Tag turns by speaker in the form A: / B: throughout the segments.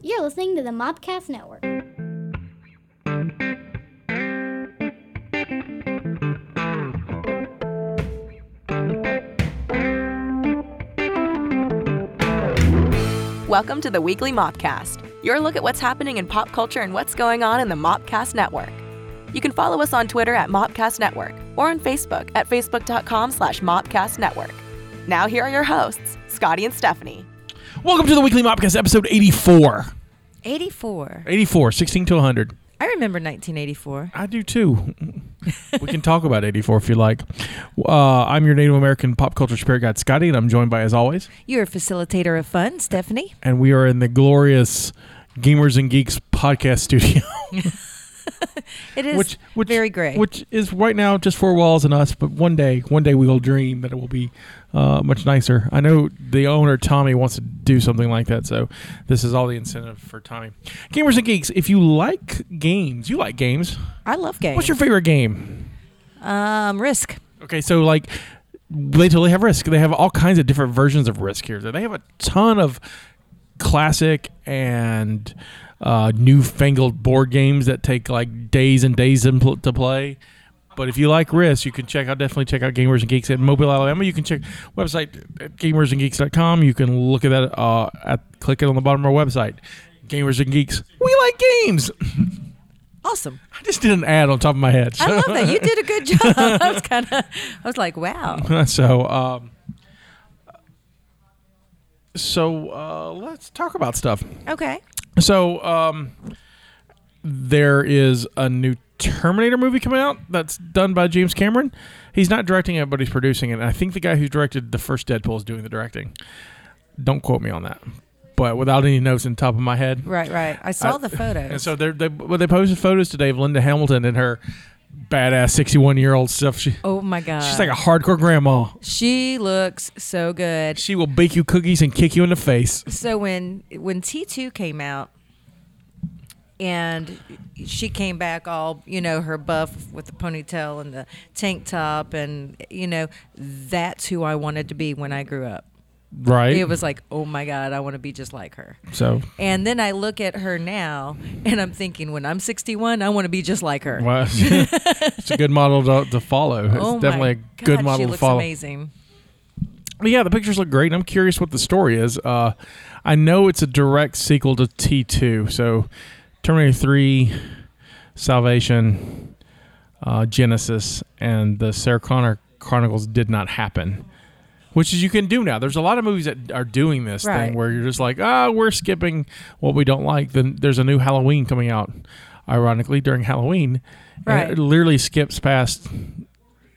A: You're listening to the Mobcast Network.
B: Welcome to the weekly Mopcast, your look at what's happening in pop culture and what's going on in the Mopcast Network. You can follow us on Twitter at Mopcast Network or on Facebook at facebook.com slash Mopcast Network. Now here are your hosts, Scotty and Stephanie.
C: Welcome to the weekly Mopcast, episode 84.
D: 84.
C: 84, 16 to 100.
D: I remember 1984.
C: I do too. we can talk about 84 if you like. Uh, I'm your Native American pop culture spirit guide, Scotty, and I'm joined by, as always,
D: You're a facilitator of fun, Stephanie.
C: and we are in the glorious Gamers and Geeks podcast studio,
D: It is
C: which, which,
D: very gray.
C: which is right now just four walls and us, but one day, one day we'll dream that it will be uh, much nicer. I know the owner, Tommy, wants to do something like that, so this is all the incentive for Tommy. Gamers and Geeks, if you like games, you like games.
D: I love games.
C: What's your favorite game?
D: um, Risk?
C: Okay, so like they totally have Risk. They have all kinds of different versions of Risk here. They have a ton of classic and uh, newfangled board games that take like days and days in pl- to play. But if you like Risk, you can check out definitely check out Gamers and Geeks at Mobile, Alabama. You can check website at gamersandgeeks.com. You can look at that uh, at click it on the bottom of our website. Gamers and Geeks, we like games.
D: Awesome.
C: I just did an ad on top of my head.
D: I love that. You did a good job. I was kind of, I was like, wow.
C: so um so uh, let's talk about stuff
D: Okay.
C: so um there is a new terminator movie coming out that's done by james cameron he's not directing it but he's producing it and i think the guy who directed the first deadpool is doing the directing don't quote me on that but without any notes in the top of my head
D: Right, right. I saw
C: I-
D: the photos.
C: and so they're, they well, they posted photos today of linda hamilton and her badass 61 year old stuff she,
D: oh my God.
C: she's like a hardcore grandma
D: she looks so good.
C: She will bake you cookies and kick you in the face.
D: So when when T two came out, and she came back all you know her buff with the ponytail and the tank top, and you know that's who I wanted to be when I grew up.
C: Right.
D: It was like, oh my god, I want to be just like her.
C: so.
D: And then I look at her now, and I'm thinking, when I'm 61, I want to be just like her.
C: Well, it's a good model to, to follow. It's
D: Oh my
C: definitely a
D: God,
C: good model
D: she
C: to
D: looks
C: follow.
D: Amazing.
C: But yeah, the pictures look great. and I'm curious what the story is. Uh, I know it's a direct sequel to T2. So Terminator 3, Salvation, uh, Genesis, and the Sarah Connor Chronicles did not happen. Which is you can do now. There's a lot of movies that are doing this
D: Right.
C: thing where you're just like, ah, we're skipping what we don't like. Then there's a new Halloween coming out, ironically during Halloween,
D: Right.
C: And it literally skips past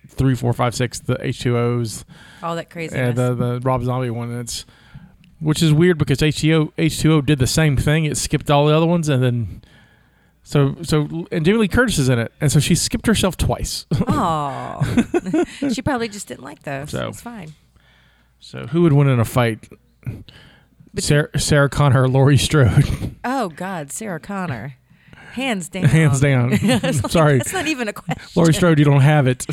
C: three, four, five, six, the H two O's,
D: All that craziness.
C: and Uh, the, the Rob Zombie one. and It's which is weird because H2O H2O did the same thing. It skipped all the other ones and then so so and Jamie Lee Curtis is in it, and so she skipped herself twice.
D: Oh, she probably just didn't like those.
C: So.
D: It's fine.
C: so who would win in a fight? Sarah, Sarah Connor, or Laurie Strode,
D: Oh God, Sarah Connor, hands down.
C: hands down. Sorry,
D: That's not even a question.
C: Laurie Strode, you don't have it.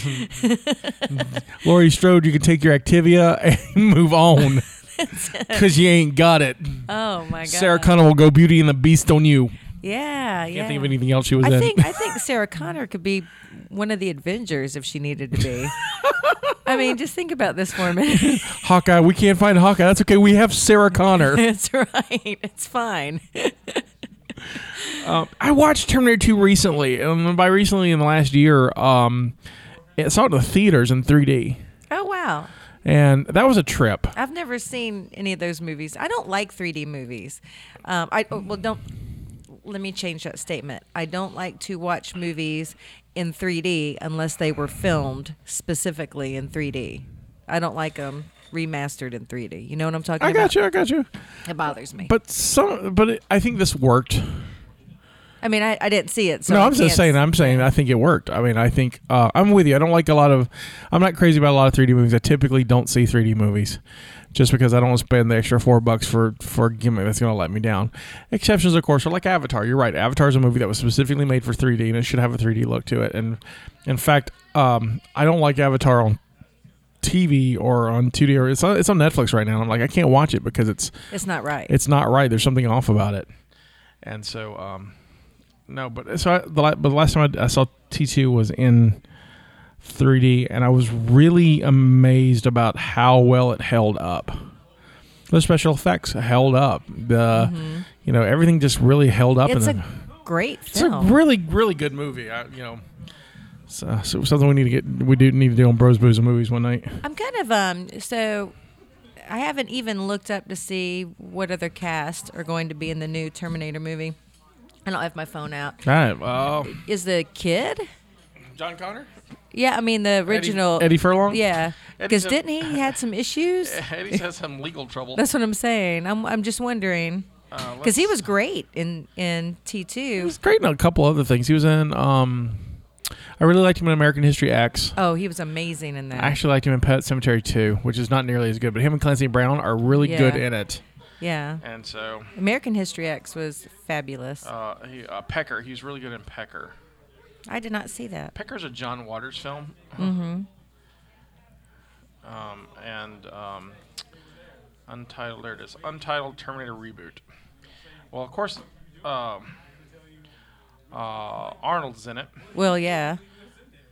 C: Laurie Strode, you can take your Activia and move on because you ain't got it.
D: Oh my God.
C: Sarah Connor will go Beauty and the Beast on you.
D: Yeah, yeah.
C: Can't think of anything else she was
D: I
C: in.
D: think I think Sarah Connor could be one of the Avengers if she needed to be. I mean, just think about this for a minute.
C: Hawkeye, we can't find Hawkeye. That's okay. We have Sarah Connor.
D: That's right. It's fine.
C: um, I watched Terminator 2 recently, and by recently in the last year, um, it saw it in the theaters in 3D,
D: Oh wow.
C: and that was a trip.
D: I've never seen any of those movies. I don't like 3D movies. Um, I oh, well don't. Let me change that statement. I don't like to watch movies in 3D unless they were filmed specifically in 3D. I don't like them remastered in 3D. You know what I'm talking
C: I got
D: about?
C: you. I got you.
D: It bothers me.
C: But some, but it, I think this worked.
D: I mean, I, I didn't see it. So
C: no,
D: I
C: I'm just
D: can't-
C: saying. I'm saying I think it worked. I mean, I think uh, I'm with you. I don't like a lot of. I'm not crazy about a lot of 3D movies. I typically don't see 3D movies, just because I don't want to spend the extra four bucks for for a gimmick that's going to let me down. Exceptions, of course, are like Avatar. You're right. Avatar is a movie that was specifically made for 3D, and it should have a 3D look to it. And in fact, um, I don't like Avatar on TV or on 2D. Or it's on, it's on Netflix right now. and I'm like, I can't watch it because it's
D: it's not right.
C: it's not right. There's something off about it. and so um, no, but so I, the la- but the last time I, I saw T two was in 3D, and I was really amazed about how well it held up. The special effects held up. The you know everything just really held up.
D: Mm-hmm. It's
C: and
D: a great
C: it's a
D: film.
C: really really good movie. I, you know, so, so something we need to get we do need to do on Bros Booze and Movies one night.
D: I'm kind of um so I haven't even looked up to see what other cast are going to be in the new Terminator movie. I don't have my phone out.
C: All right. Well,
D: Is the kid?
C: Uh, John Connor,
D: Yeah, I mean the original
C: Eddie Furlong.
D: Yeah,
C: Eddie's
D: because
C: a-
D: didn't he, he had some issues?
C: Eddie's has some legal trouble.
D: That's what I'm saying. I'm I'm just wondering
C: Uh,
D: because he was great in in T
C: He
D: two.
C: was great in a couple other things. He was in. Um, I really liked him in American History X.
D: Oh, he was amazing in that.
C: I actually liked him in Pet Cemetery 2, which is not nearly as good, but him and Clancy Brown are really
D: Yeah.
C: good in it.
D: yeah,
C: And so,
D: American History X was fabulous.
C: uh, he, uh, Pecker, he's really good in Pecker.
D: I did not see that.
C: Pecker's a John Waters film. Mm-hmm. Um, and um, untitled, there it is, untitled Terminator reboot. Well, of course, um, uh, Arnold's in it.
D: Well, yeah,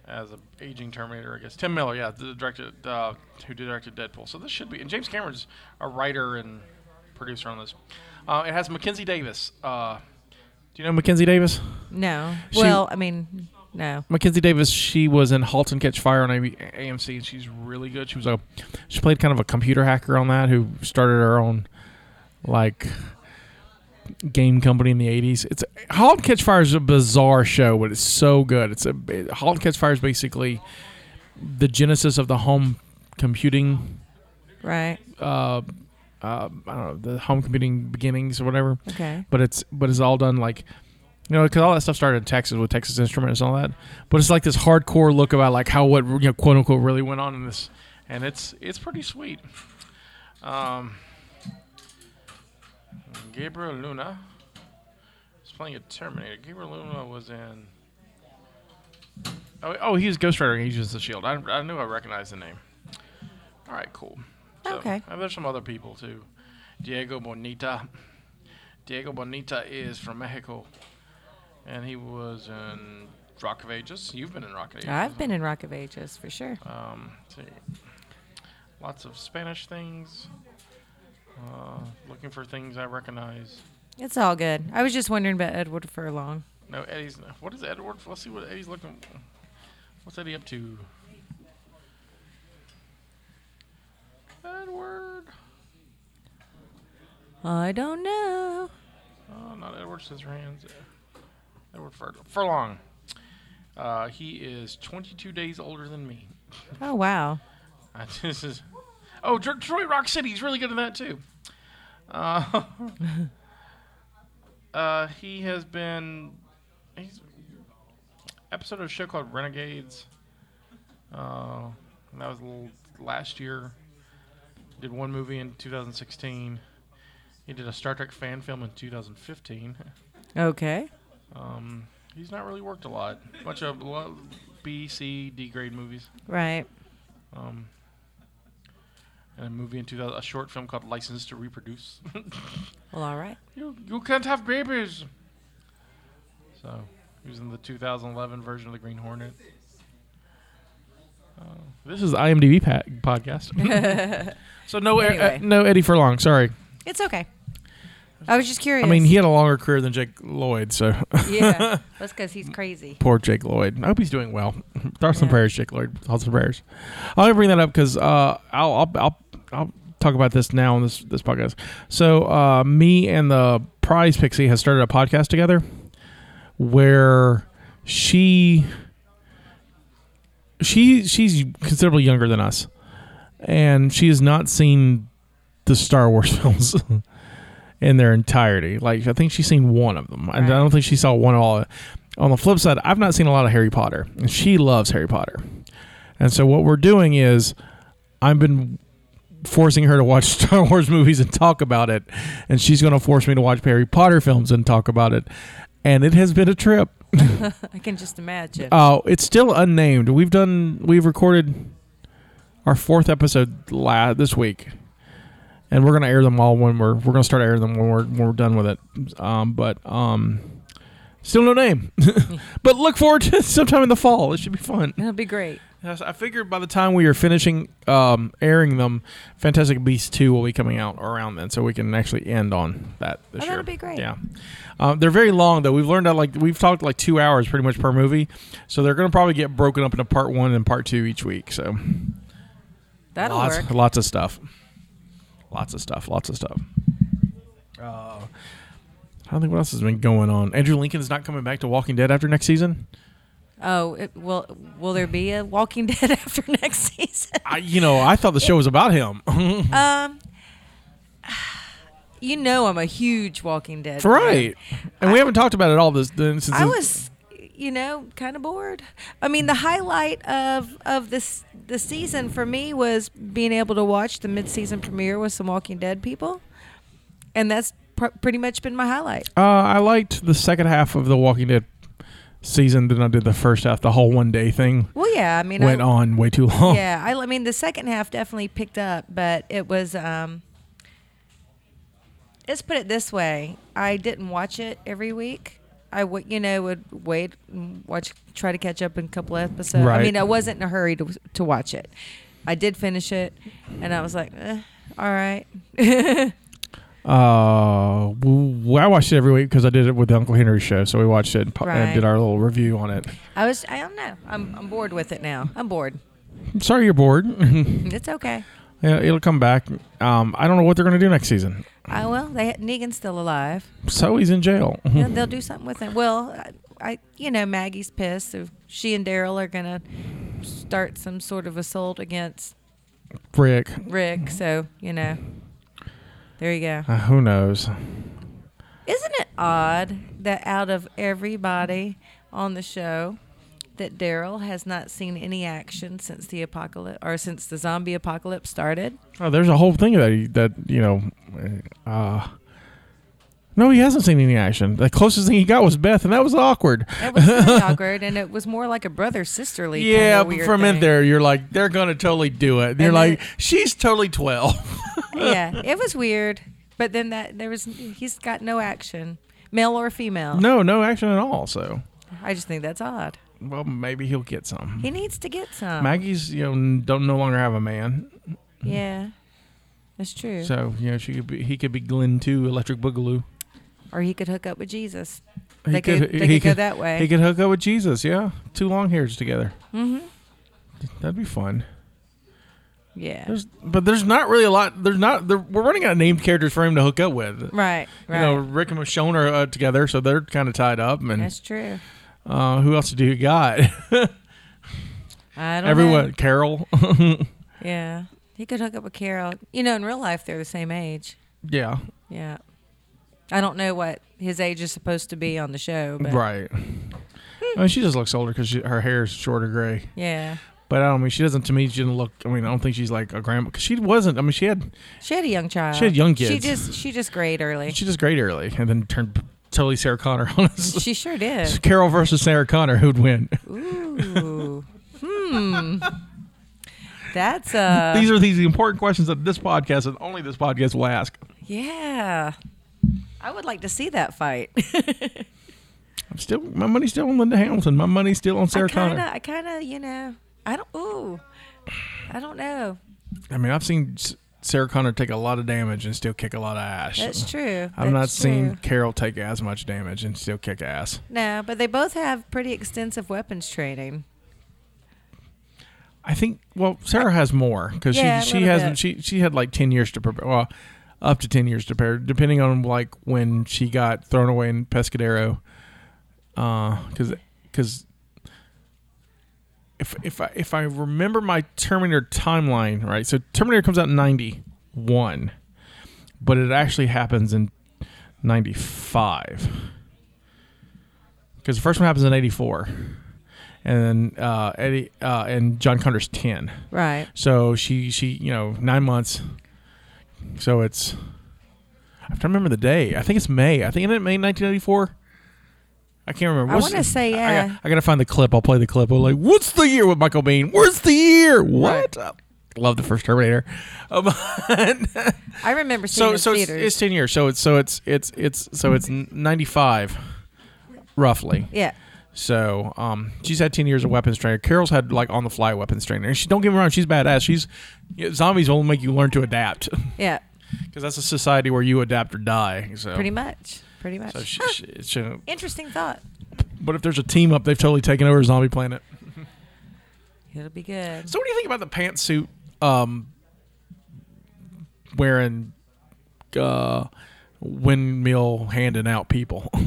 C: as an aging Terminator, I guess. Tim Miller, yeah, the director uh, who directed Deadpool. So this should be. And James Cameron's a writer and producer on this. Uh, it has Mackenzie Davis. Uh, do you know Mackenzie Davis?
D: no.
C: She-
D: well, I mean, no.
C: Mackenzie Davis. She was in *Halt and Catch Fire* on A- AMC, and she's really good. She was a, she played kind of a computer hacker on that, who started her own, like, game company in the '80s. It's *Halt and Catch Fire* is a bizarre show, but it's so good. It's a it, *Halt and Catch Fire* is basically the genesis of the home computing.
D: Right.
C: Uh, uh, I don't know the home computing beginnings or whatever
D: Okay.
C: but it's but it's all done like you know because all that stuff started in Texas with Texas Instruments and all that. But it's like this hardcore look about like how what you know, quote unquote really went on in this, and it's it's pretty sweet. Um, Gabriel Luna is playing a Terminator. Gabriel Luna was in. Oh, oh he's Ghost Rider and Agents of Shield. I, I knew I recognized the name. All right, cool.
D: Okay.
C: And there's some other people too. Diego Bonita. Diego Bonita is from Mexico, and he was in Rock of Ages. You've been in Rock of Ages.
D: I've been in Rock of Ages for sure.
C: Um, let's see, lots of Spanish things. Uh, looking for things I recognize.
D: It's all good. I was just wondering about Edward Furlong.
C: No, Eddie's. What is Edward? Let's see what Eddie's looking. What's Eddie up to? Edward.
D: I don't know.
C: Oh, not Edward Scissorhands. Edward Fur- Furlong. Uh, he is 22 days older than me.
D: Oh wow.
C: I this is. Oh, Dr- Detroit Rock City. He's really good in that too. Uh, uh, he has been. He's episode of a show called Renegades. Uh, and that was l- last year. Did one movie in 2016. He did a Star Trek fan film in 2015.
D: Okay.
C: Um, he's not really worked a lot. Bunch of lo- B, C, D grade movies.
D: Right.
C: Um, and a movie in 2000, a short film called License to Reproduce.
D: Well, all right.
C: you, you can't have babies. So he was in the 2011 version of the Green Hornet. Uh, this is IMDb pa- podcast. so no, E- uh,
D: Anyway.
C: no Eddie Furlong. Sorry,
D: It's okay. I was just curious.
C: I mean he had a longer career than Jake Lloyd. So
D: yeah, that's because he's crazy.
C: poor Jake Lloyd. I hope he's doing well. Thoughts and
D: Yeah.
C: prayers, Jake Lloyd. Thoughts and prayers. I'll bring that up because uh, I'll, I'll I'll I'll talk about this now on this this podcast. So uh, me and the Prize Pixie has started a podcast together where she she she's considerably younger than us, and she has not seen the Star Wars films. In their entirety, like I think she's seen one of them. I- I don't think she saw one all. On the flip side, I've not seen a lot of Harry Potter, and she loves Harry Potter. And so what we're doing is I've been forcing her to watch Star Wars movies and talk about it, and she's going to force me to watch Harry Potter films and talk about it. And it has been a trip.
D: I can just imagine.
C: Oh, it's still unnamed. We've done we've recorded our fourth episode la- this week.
E: and we're gonna air them all when we're we're gonna start airing them when we're when we're done with it. Um, but um, still no name. but look forward to it sometime in the fall. It should be fun.
D: It'll be great.
E: Yes, I figured by the time we are finishing um, airing them, Fantastic Beasts 2 will be coming out around then, so we can actually end on that this
D: Oh,
E: year.
D: that'd be great.
E: Yeah. Um, they're very long, though. We've learned that, like, we've talked like two hours pretty much per movie, so they're going to probably get broken up into part one and part two each week. So
D: That'll
E: lots,
D: work.
E: lots of stuff. Lots of stuff. Lots of stuff. Uh, I don't think what else has been going on. Andrew Lincoln's not coming back to Walking Dead after next season.
D: Oh, it, will will there be a Walking Dead after next season?
E: I, you know, I thought the show was about him.
C: Uh-huh.
D: Um, you know, I'm a huge Walking Dead. fan.
E: Right. And we haven't talked about it all this then since
D: I
E: it-
D: was, you know, kind of bored. I mean, the highlight of of this the season for me was being able to watch the mid season premiere with some Walking Dead people, and that's pr- pretty much been my highlight.
E: uh, I liked the second half of the Walking Dead season than I did the first half. The whole one day thing
D: Well, yeah, I mean,
E: went
D: I,
E: on way too long.
D: yeah, I, I mean, the second half definitely picked up, but it was. um Let's put it this way: I didn't watch it every week. I would, you know, would wait, and watch, try to catch up in a couple episodes.
E: Right.
D: I mean, I wasn't in a hurry to to watch it. I did finish it, and I was like, eh, all right.
E: Uh, well, I watched it every week because I did it with the Uncle Henry show. So we watched it and, po- and
D: Right.
E: did our little review on it.
D: I was, I don't know. I'm, I'm bored with it now. I'm bored.
E: I'm sorry you're bored.
D: It's okay.
E: yeah, it'll come back. Um, I don't know what they're going to do next season.
D: I will. They Negan's still alive.
E: So he's in jail.
D: they'll, they'll do something with it. Well, I, I you know Maggie's pissed. So she and Daryl are gonna start some sort of assault against
E: Rick,
D: Rick. So you know, there you go.
E: uh, who knows?
D: Isn't it odd that out of everybody on the show, that Daryl has not seen any action since the apocalypse or since the zombie apocalypse started?
E: Oh, there's a whole thing that he, that you know. Uh, no, he hasn't seen any action. The closest thing he got was Beth, and that was awkward.
D: It was really awkward, and it was more like a brother sisterly. kinda
E: Yeah, but
D: weird
E: for a minute
D: thing.
E: there, you're like, they're gonna totally do it. You're
D: then-
E: like, she's totally twelve.
D: yeah, it was weird. But then that there was he's got no action, male or female.
E: no, no action at all. So,
D: I just think that's odd.
E: well, maybe he'll get some.
D: He um, needs to get some.
E: Maggie's, you know, n- don't no longer have a man,
D: yeah, that's true.
E: so you know she could be. He could be Glenn too, Electric Boogaloo.
D: or he could hook up with Jesus.
E: He
D: They could, they
E: he
D: could, go that way.
E: He could hook up with Jesus. Yeah, two long hairs together.
D: mm-hmm.
E: That'd be fun.
D: Yeah.
E: There's, but there's not really a lot. There's not. There, we're running out of named characters for him to hook up with.
D: right. Right.
E: You know, Rick and Michonne are uh, together, so they're kind of tied up. And
D: that's true.
E: uh, who else do you got?
D: I don't
E: Everyone,
D: know.
E: Carol.
D: Yeah. He could hook up with Carol. You know, in real life they're the same age.
E: yeah,
D: Yeah. I don't know what his age is supposed to be on the show, but
E: right. I mean, she just looks older because her hair is shorter gray.
D: yeah.
E: But I don't mean she doesn't. To me, she didn't look. I mean, I don't think she's like a grandma because she wasn't. I mean, she had
D: She had a young child.
E: She had young
D: She
E: kids.
D: just she just grayed early.
E: she just grayed early and then turned totally Sarah Connor on us.
D: She sure did.
E: Carol versus Sarah Connor, who'd win?
D: Ooh. hmm. That's uh
E: these are these important questions that this podcast and only this podcast will ask.
D: yeah. I would like to see that fight.
E: I'm still my money's still on Linda Hamilton. My money's still on
D: I
E: Sarah
D: kind of
E: Connor.
D: I kind of, you know, I don't ooh. I don't know.
E: I mean, I've seen S- Sarah Connor take a lot of damage and still kick a lot of ass.
D: That's true.
E: I've not
D: That's
E: seen
D: true.
E: Carol take as much damage and still kick ass.
D: No, but they both have pretty extensive weapons training.
E: I think well, Sarah has more because
D: Yeah, a
E: she she
D: little
E: has
D: bit.
E: she she had like ten years to prepare. Well, up to ten years to prepare, depending on like when she got thrown away in Pescadero. uh, Because because if if I if I remember my Terminator timeline right, so Terminator comes out in ninety one, but it actually happens in ninety five. Because the first one happens in eighty four, and then uh, Eddie uh, and John Connor's ten.
D: Right.
E: So she she you know nine months. So it's I have to remember the day. I think it's May. I think isn't it May 1984. I can't remember.
D: I
E: What's-
D: wanna say,
E: I- I,
D: yeah.
E: got, to find the clip. I'll play the clip. We're like, what's the year with Michael Bean? Where's the year? What? love the first Terminator. Um,
D: I remember seeing
E: so
D: it
E: so
D: in
E: it's,
D: theaters.
E: it's ten years. So it's so it's it's it's so it's ninety five, roughly.
D: yeah.
E: So um, she's had ten years of weapons training. Carol's had like on the fly weapons training. And she don't get me wrong, she's badass. She's you know, zombies will make you learn to adapt
D: Yeah.
E: because that's a society where you adapt or die. So
D: Pretty much. Pretty much.
E: Oh. So she, she, she-
D: Interesting thought.
E: but if there's a team up, they've totally taken over Zombie Planet.
D: It'll be good.
E: So what do you think about the pantsuit um, wearing uh, windmill handing out people?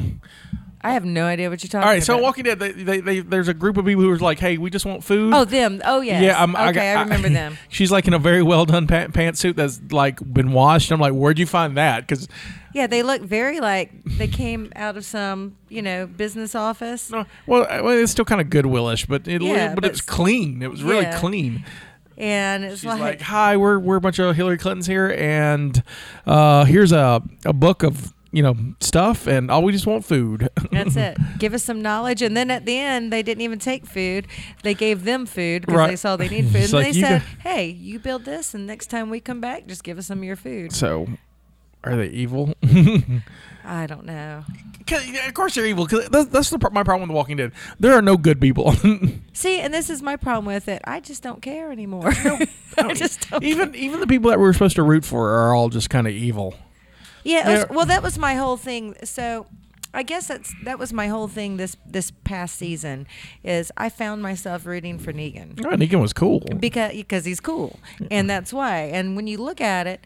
D: I have no idea what you're talking about.
E: All right, so Walking Dead, they, they, they, there's a group of people who was like, "Hey, we just want food."
D: Oh, them. Oh, yes.
E: Yeah, um, I'm,
D: okay, I, remember them.
E: She's like in a very well done pant, pantsuit that's like been washed. I'm like, where'd you find that? Because
D: Yeah, they look very like they came out of some, you know, business office.
E: no, well, I- well, it's still kind of goodwillish, but it,
D: Yeah,
E: but,
D: but
E: it's clean. It was really
D: yeah.
E: clean.
D: And it's
E: She's like,
D: like,
E: hi, we're we're a bunch of Hillary Clintons here, and uh, here's a a book of you know stuff, and all we just want food.
D: that's it. Give us some knowledge. And then at the end, they didn't even take food. They gave them food because
E: Right.
D: they saw they need food.
E: It's
D: And
E: like,
D: they
E: you
D: said,
E: go-
D: hey, you build this, and next time we come back, just give us some of your food.
E: so, are they evil?
D: I don't know.
E: 'Cause, yeah, of course they're evil. 'cause that's that's the, pro- my problem with The Walking Dead. There are no good people.
D: See, and this is my problem with it. I just don't care anymore. I just don't.
E: even even the people that we were supposed to root for are all just kind of evil.
D: Yeah. it was-
E: There-
D: well, that was my whole thing. So, I guess that's that was my whole thing this this past season is I found myself rooting for Negan
E: Oh, Negan was cool.
D: because because he's cool, and that's why. And when you look at it.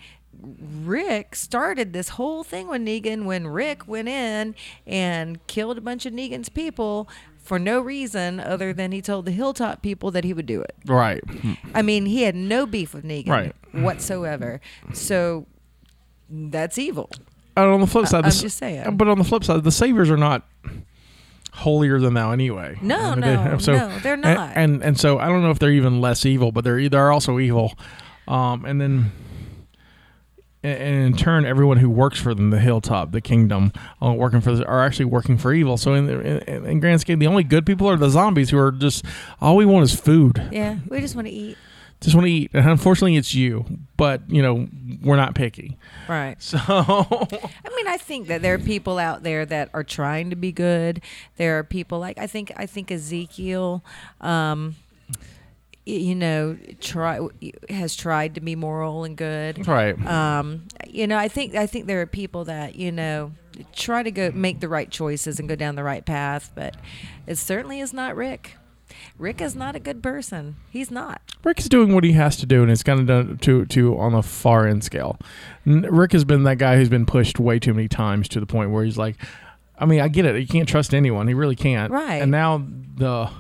D: Rick started this whole thing with Negan when Rick went in and killed a bunch of Negan's people for no reason other than he told the Hilltop people that he would do it.
E: right.
D: I mean, he had no beef with Negan
E: Right.
D: whatsoever. So that's evil.
E: And on the flip side,
D: I'm
E: the,
D: just saying.
E: But on the flip side, the saviors are not holier than thou anyway.
D: No,
E: I mean,
D: no, no, they're
E: and-
D: not.
E: And, and so I don't know if they're even less evil, but they're they're also evil. Um, and then. And in turn, everyone who works for them, the hilltop, the kingdom, uh, working for, the, are actually working for evil. So in, the, in, in grand scheme, the only good people are the zombies who are just all we want is food.
D: Yeah, we just want to eat.
E: Just want to eat. And unfortunately, it's you. But you know, we're not picky.
D: Right.
E: So
D: I mean, I think that there are people out there that are trying to be good. There are people like I think I think Ezekiel, um, y- you know, try has tried to be moral and good.
E: right.
D: Um, you know, I think I think there are people that you know try to go make the right choices and go down the right path, but it certainly is not Rick. Rick is not a good person. He's not.
E: Rick is doing what he has to do, and it's kind of done to to on a far end scale. N- Rick has been that guy who's been pushed way too many times to the point where he's like, I mean, I get it. You can't trust anyone. He really can't.
D: Right.
E: And now the,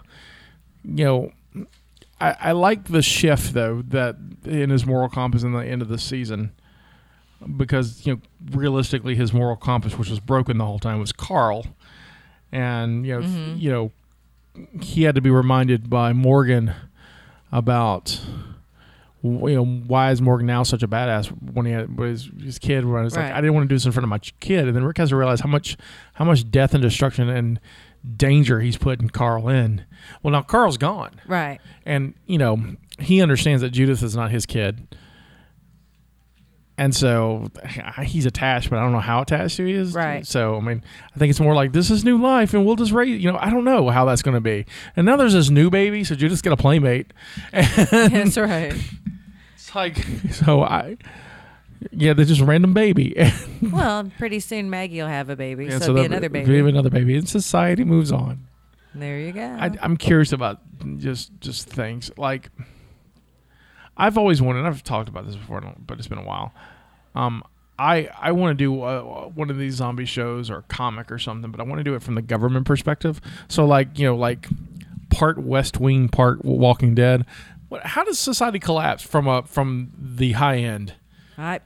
E: you know, I, I like the shift though that in his moral compass in the end of the season, because you know realistically his moral compass, which was broken the whole time, was Carl, and you know you know he had to be reminded by Morgan about w- you know why is Morgan now such a badass when he had was his kid when I was like
D: Right.
E: I didn't want to do this in front of my ch- kid and then Rick has to realize how much how much death and destruction and danger he's putting Carl in. Well now Carl's gone
D: Right.
E: and you know he understands that Judith is not his kid. And so he's attached, but I don't know how attached he is.
D: Right.
E: So I mean, I think it's more like this is new life, and we'll just raise. You know, I don't know how that's going to be. And now there's this new baby, so Judith's got a playmate.
D: That's right.
E: It's like so I, yeah, they're just a random baby.
D: Well, pretty soon Maggie will have a baby,
E: And
D: so, it'll be
E: that-
D: another
E: it'll
D: baby.
E: Be another baby, and society moves on.
D: There you go.
E: I, I'm curious about just just things like I've always wanted. I've talked about this before, I don't- but it's been a while. Um, I I want to do uh, one of these zombie shows or a comic or something, but I want to do it from the government perspective. So like you know like part West Wing, part Walking Dead. What, how does society collapse from a from the high end?
D: I,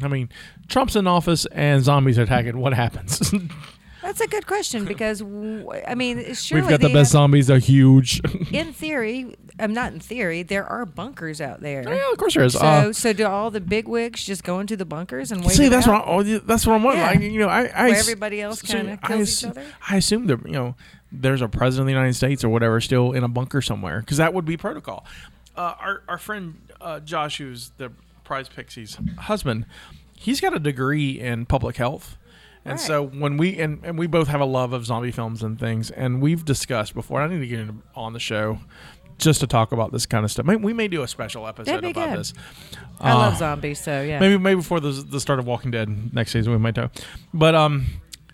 E: I mean, Trump's in office and zombies are attacking. What happens?
D: that's a good question because w- I mean, surely
E: We've got the
D: they
E: best
D: have-
E: zombies. They're huge.
D: in theory, I'm not in theory. There are bunkers out there.
E: yeah, of course there is.
D: So,
E: Uh,
D: so do all the bigwigs just go into the bunkers and wait?
E: See,
D: it
E: that's
D: out?
E: what I, oh, yeah, that's what I'm wondering.
D: Yeah.
E: Like, you know, I, I
D: Where
E: s-
D: everybody else
E: assume-
D: kinda
E: I
D: kills each
E: assume-
D: other?
E: I assume that you know, there's a president of the United States or whatever still in a bunker somewhere because that would be protocol. uh, our our friend uh, Josh, who's the Prize Pixie's husband, he's got a degree in public health, and
D: Right.
E: so when we and, and we both have a love of zombie films and things, and we've discussed before. and I need to get him on the show just to talk about this kind of stuff. May- we may do a special episode
D: be
E: about
D: good.
E: this.
D: I
E: Uh,
D: love zombies, so yeah.
E: Maybe maybe before the, the start of Walking Dead next season we might do. But um,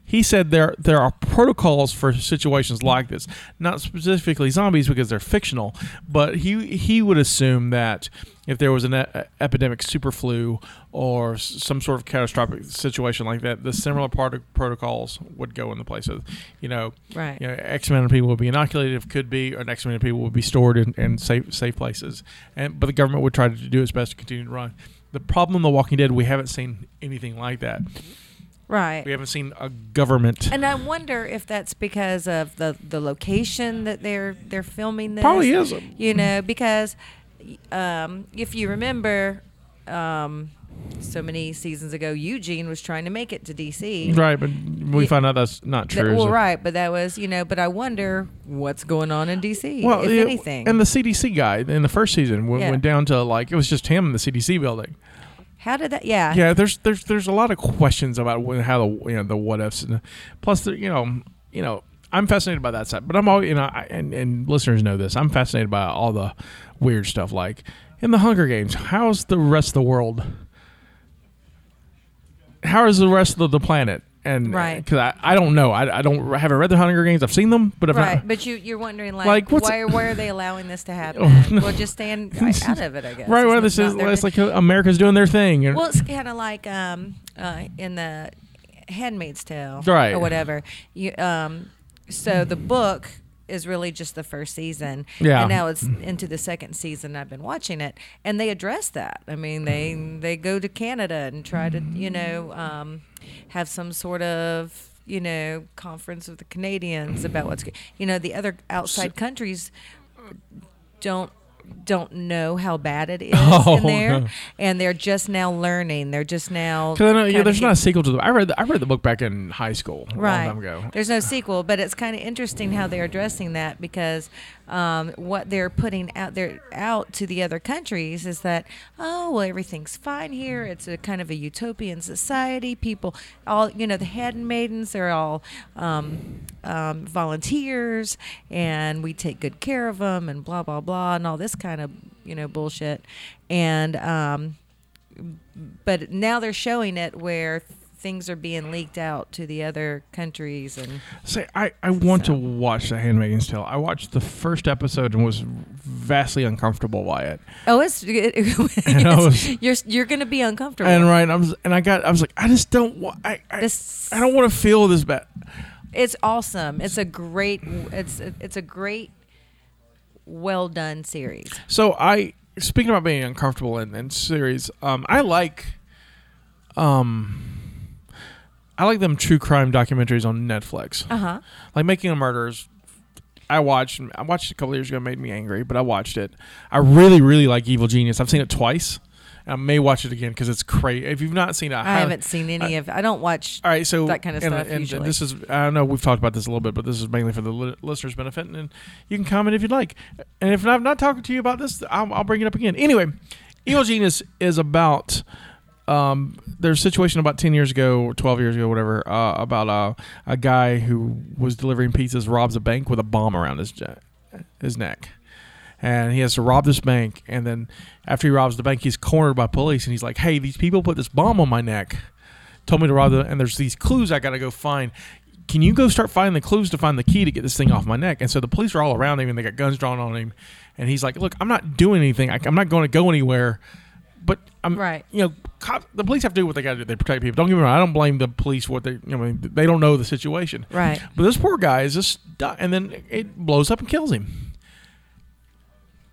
E: he said there there are protocols for situations like this, not specifically zombies because they're fictional, but he he would assume that if there was an e- epidemic super flu or s- some sort of catastrophic situation like that, the similar part protocols would go into place. So, you know,
D: Right.
E: you know, X amount of people would be inoculated, if could be, or an X amount of people would be stored in, in safe safe places. And but the government would try to do its best to continue to run. The problem in The Walking Dead, we haven't seen anything like that.
D: right.
E: We haven't seen a government.
D: And I wonder if that's because of the the location that they're they're filming this.
E: Probably is.
D: You know, because um, if you remember, um, so many seasons ago, Eugene was trying to make it to DC.
E: Right, but we
D: Yeah.
E: find out that's not
D: That-
E: true.
D: well,
E: so-
D: right, but that was you know. But I wonder what's going on in DC. if
E: yeah,
D: anything,
E: and the CDC guy in the first season went,
D: Yeah.
E: went down to like it was just him in the CDC building.
D: how did that? Yeah,
E: yeah, there's there's there's a lot of questions about when, how the you know the what ifs, and plus the, you know you know I'm fascinated by that side, but I'm always you know I, and and listeners know this. I'm fascinated by all the weird stuff like in the Hunger Games. How's the rest of the world? How is the rest of the planet? And
D: Right.
E: because I, I don't know I, I don't I haven't read the Hunger Games. I've seen them, but I've
D: Right,
E: not,
D: but you you're wondering like,
E: Like, what's-
D: why are- why are they allowing this to happen?
E: Oh, no.
D: Well, just stand out of it, I guess.
E: right.
D: It's
E: Well,
D: not-
E: this
D: not
E: is
D: their-
E: it's like America's doing their thing. and-
D: Well, it's kind of like um, uh, in the Handmaid's Tale,
E: Right.
D: or whatever. You um, so the book is really just the first season,
E: Yeah.
D: And now it's into the second season. I've been watching it, and they address that. I mean, they they go to Canada and try to you know um, have some sort of you know conference with the Canadians about what's go- you know the other outside countries don't don't know how bad it is
E: Oh,
D: in there
E: no.
D: and they're just now learning they're just now
E: Cause I know, yeah,
D: kinda
E: there's not
D: get-
E: a sequel to the. I read the, I read the book back in high school a
D: right
E: long time ago.
D: there's no sequel but it's kind of interesting how they're addressing that because um, what they're putting out there out to the other countries is that oh well everything's fine here it's a kind of a utopian society people all you know the handmaidens they're all um, um, volunteers and we take good care of them and blah blah blah and all this kind of you know bullshit and um, but now they're showing it where things are being leaked out to the other countries and
E: Say, I, I want to watch The Handmaid's Tale. I watched the first episode and was vastly uncomfortable by it.
D: oh it's, it,
E: And I was-
D: you're you're gonna be uncomfortable
E: And right, I was, and I got, I was like, I just don't want, I, I,
D: This-
E: I don't want to feel this bad.
D: it's awesome it's a great it's it's a great well done series
E: So I, speaking about being uncomfortable in, in series, um, I like, um, I like them true crime documentaries on Netflix.
D: uh-huh
E: like making a murder is I watched I watched it a couple years ago, it made me angry, but I watched it. I really, really like Evil Genius. I've seen it twice. and I may watch it again because it's crazy. If you've not seen it,
D: i haven't seen any of i don't watch
E: All right, so
D: that kind of
E: and-
D: stuff
E: and
D: usually
E: this is I know we've talked about this a little bit, but this is mainly for the li- listeners' benefit, and, you can comment if you'd like. And if I'm not talking to you about this, I'll, I'll bring it up again. Anyway, Evil Genius is about um, there's a situation about 10 years ago, 12 years ago, whatever, uh, about uh, a guy who was delivering pizzas robs a bank with a bomb around his ja- his neck. And he has to rob this bank. And then after he robs the bank, he's cornered by police. And he's like, hey, these people put this bomb on my neck, told me to rob them. And there's these clues I got to go find. Can you go start finding the clues to find the key to get this thing off my neck? And so the police are all around him and they got guns drawn on him. And he's like, look, I'm not doing anything. I, I'm not going to go anywhere. But I'm
D: Right.
E: you know, cop, the police have to do what they got to do. They protect people. Don't get me wrong. I don't blame the police. What they, you know, I mean, they don't know the situation.
D: right
E: But this poor guy is just, di- and then it blows up and kills him.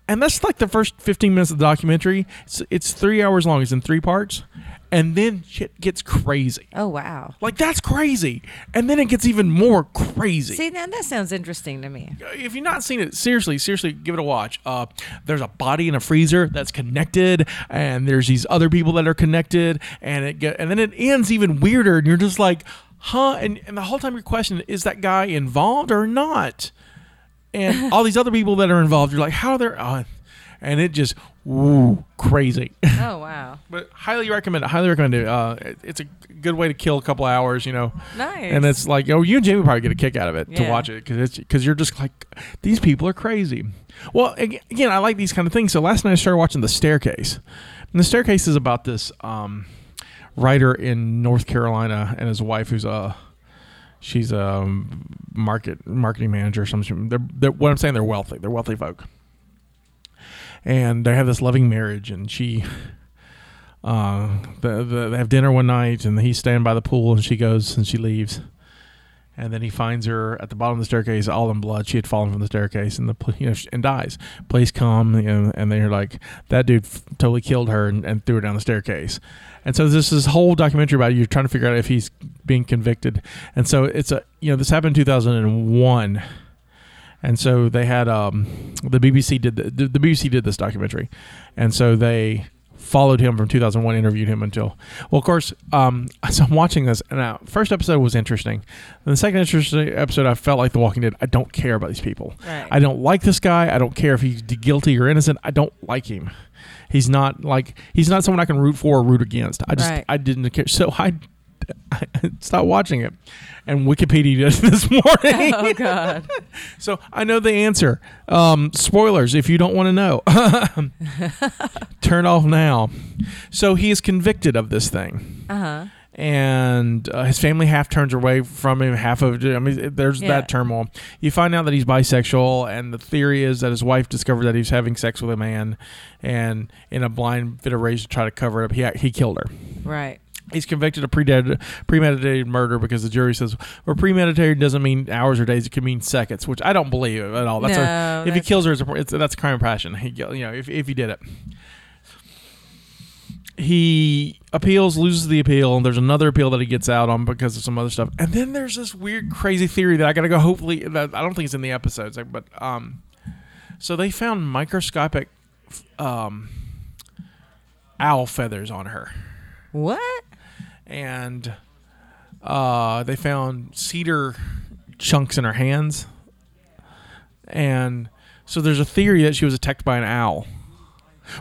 E: And that's like the first 15 minutes of the documentary. It's, it's three hours long. It's in three parts, and then shit gets crazy.
D: oh wow
E: Like that's crazy, and then it gets even more crazy
D: see now that sounds interesting to me
E: if you've not seen it, seriously, seriously, give it a watch. Uh, there's a body in a freezer that's connected, and there's these other people that are connected, and it get, and then it ends even weirder, and you're just like, huh? And, and the whole time you're questioning, is that guy involved or not? And all these other people that are involved, you're like, how they're on. and it just woo crazy.
D: Oh wow.
E: but highly recommend it. Highly recommend it. Uh, it- it's a good way to kill a couple hours, you know.
D: Nice.
E: And it's like, oh, you and Jamie probably get a kick out of it to
D: Yeah.
E: watch it because it's because you're just like, these people are crazy. Well, ag- again, I like these kind of things. So last night I started watching The Staircase, and The Staircase is about this um, writer in North Carolina and his wife, who's a she's a market marketing manager or something. They're, they're what I'm saying. They're wealthy. They're wealthy folk, and they have this loving marriage, and she uh, the, the, they have dinner one night, and he's standing by the pool, and she goes and she leaves, and then he finds her at the bottom of the staircase, all in blood. She had fallen from the staircase, and the pl- you know sh- and dies. Police come, you know, and they're like, that dude f- totally killed her and, and threw her down the staircase. And so there's this whole documentary about you trying to figure out if he's being convicted. And so it's a you know this happened in 2001. And so they had um, the BBC did the, the BBC did this documentary, and so they followed him from 2001, interviewed him until well, of course. Um, so I'm watching this, and uh, first episode was interesting. And the second interesting episode, I felt like The Walking Dead. I don't care about these people.
D: Right.
E: I don't like this guy. I don't care if he's d- guilty or innocent. I don't like him. He's not like he's not someone I can root for or root against. I just
D: Right.
E: I didn't care. So I. I stopped watching it, and Wikipedia did this morning.
D: Oh god.
E: So I know the answer. Um, spoilers, if you don't want to know, turn off now. So he is convicted of this thing,
D: Uh huh.
E: and uh, his family half turns away from him. Half of I mean, there's
D: Yeah.
E: that turmoil. You find out that he's bisexual, and the theory is that his wife discovered that he was having sex with a man, and in a blind fit of rage to try to cover it up, he he killed her.
D: Right.
E: He's convicted of premeditated, premeditated murder because the jury says, well, premeditated doesn't mean hours or days; it can mean seconds, which I don't believe at all. That's a,
D: No,
E: if he
D: that's-
E: kills her, it's, a, it's that's a crime of passion. He, you know, if if he did it, he appeals, loses the appeal, and there's another appeal that he gets out on because of some other stuff. And then there's this weird, crazy theory that I gotta go. Hopefully, that, I don't think it's in the episodes, like, but um, so they found microscopic f- um owl feathers on her
D: What?
E: and uh, they found cedar chunks in her hands. And so there's a theory that she was attacked by an owl,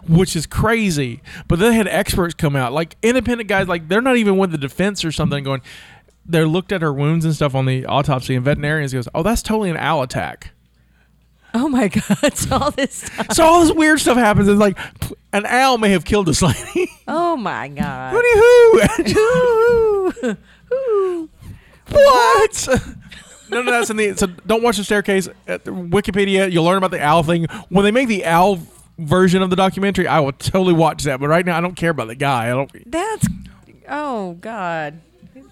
E: which is crazy. But they had experts come out, like independent guys, like they're not even with the defense or something, going, they looked at her wounds and stuff on the autopsy, and veterinarians goes, oh, that's totally an owl attack.
D: Oh my god. All this time.
E: so all this weird stuff happens. It's like an owl may have killed this lady.
D: Oh my god.
E: Hooty hoo! what? no, no, that's in the. So don't watch the staircase. At the Wikipedia, you'll learn about the owl thing. When they make the owl version of the documentary, I will totally watch that. But right now, I don't care about the guy. I don't.
D: That's. Oh god.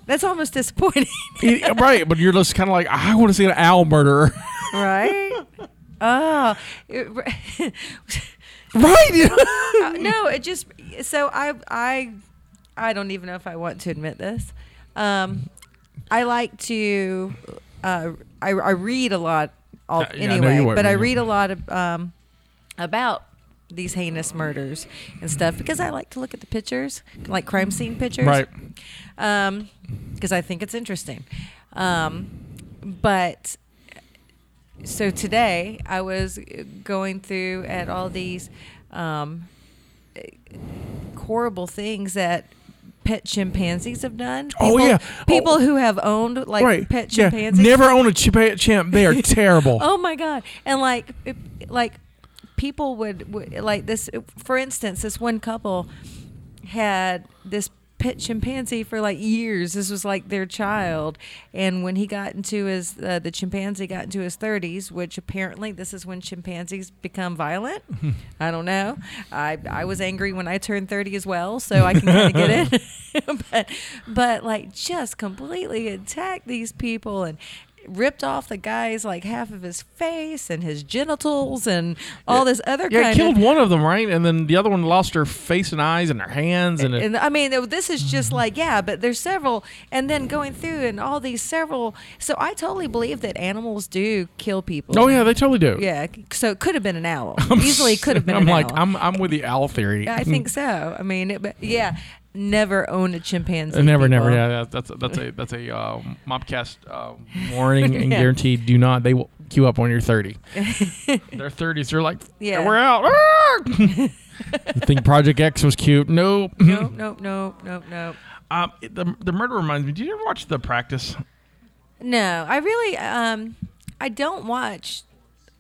D: That's almost disappointing.
E: It- right, but you're just kind of like, I want to see an owl murderer.
D: right. Oh. It-
E: right?
D: Uh, no, it just so I I I don't even know if I want to admit this. Um, I like to uh, I, I read a lot all,
E: Uh, yeah, I know
D: anyway,
E: you would,
D: but I
E: yeah.
D: read a lot of, um, about these heinous murders and stuff because I like to look at the pictures, like crime scene pictures,
E: Right.
D: Um, because I think it's interesting. Um, but so today I was uh, going through at all these um, horrible things that pet chimpanzees have done.
E: Oh,
D: People-
E: yeah.
D: people
E: Oh.
D: who have owned like
E: right.
D: pet
E: Yeah.
D: chimpanzees.
E: Never own a chimp. chimp. They are terrible.
D: Oh my god! And like, it, like people would, would like this. For instance, this one couple had this pet chimpanzee for like years. This was like their child, and when he got into his, uh, the chimpanzee got into his thirties, which apparently this is when chimpanzees become violent. I don't know. I I was angry when I turned thirty as well, so I can kind of get it. but but like just completely attacked these people and ripped off the guy's like half of his face and his genitals and all this other
E: yeah,
D: kind
E: killed
D: of
E: one of them, right? And then the other one lost her face and eyes and her hands. And, it-
D: and I mean, this is just like, yeah, but there's several, and then going through and all these several. So I totally believe that animals do kill people.
E: oh, yeah, they totally do.
D: yeah. So it could have been an owl. Easily could have been.
E: I'm
D: an
E: like,
D: owl.
E: I'm I'm with the owl theory.
D: I think so. I mean, it, but yeah, never own a chimpanzee.
E: never, never.
D: people.
E: Yeah, that- that's that's a that's a uh, mobcast uh, warning and
D: Yeah.
E: guaranteed. Do not. They will queue up when you're 30. They're 30s. They're like, yeah,
D: Yeah.
E: we're out. Ah! you think Project X was cute? Nope.
D: Nope, nope, nope, nope, nope.
E: Um, it- the, the murder reminds me. Did you ever watch The Practice?
D: No, I really, um, I don't watch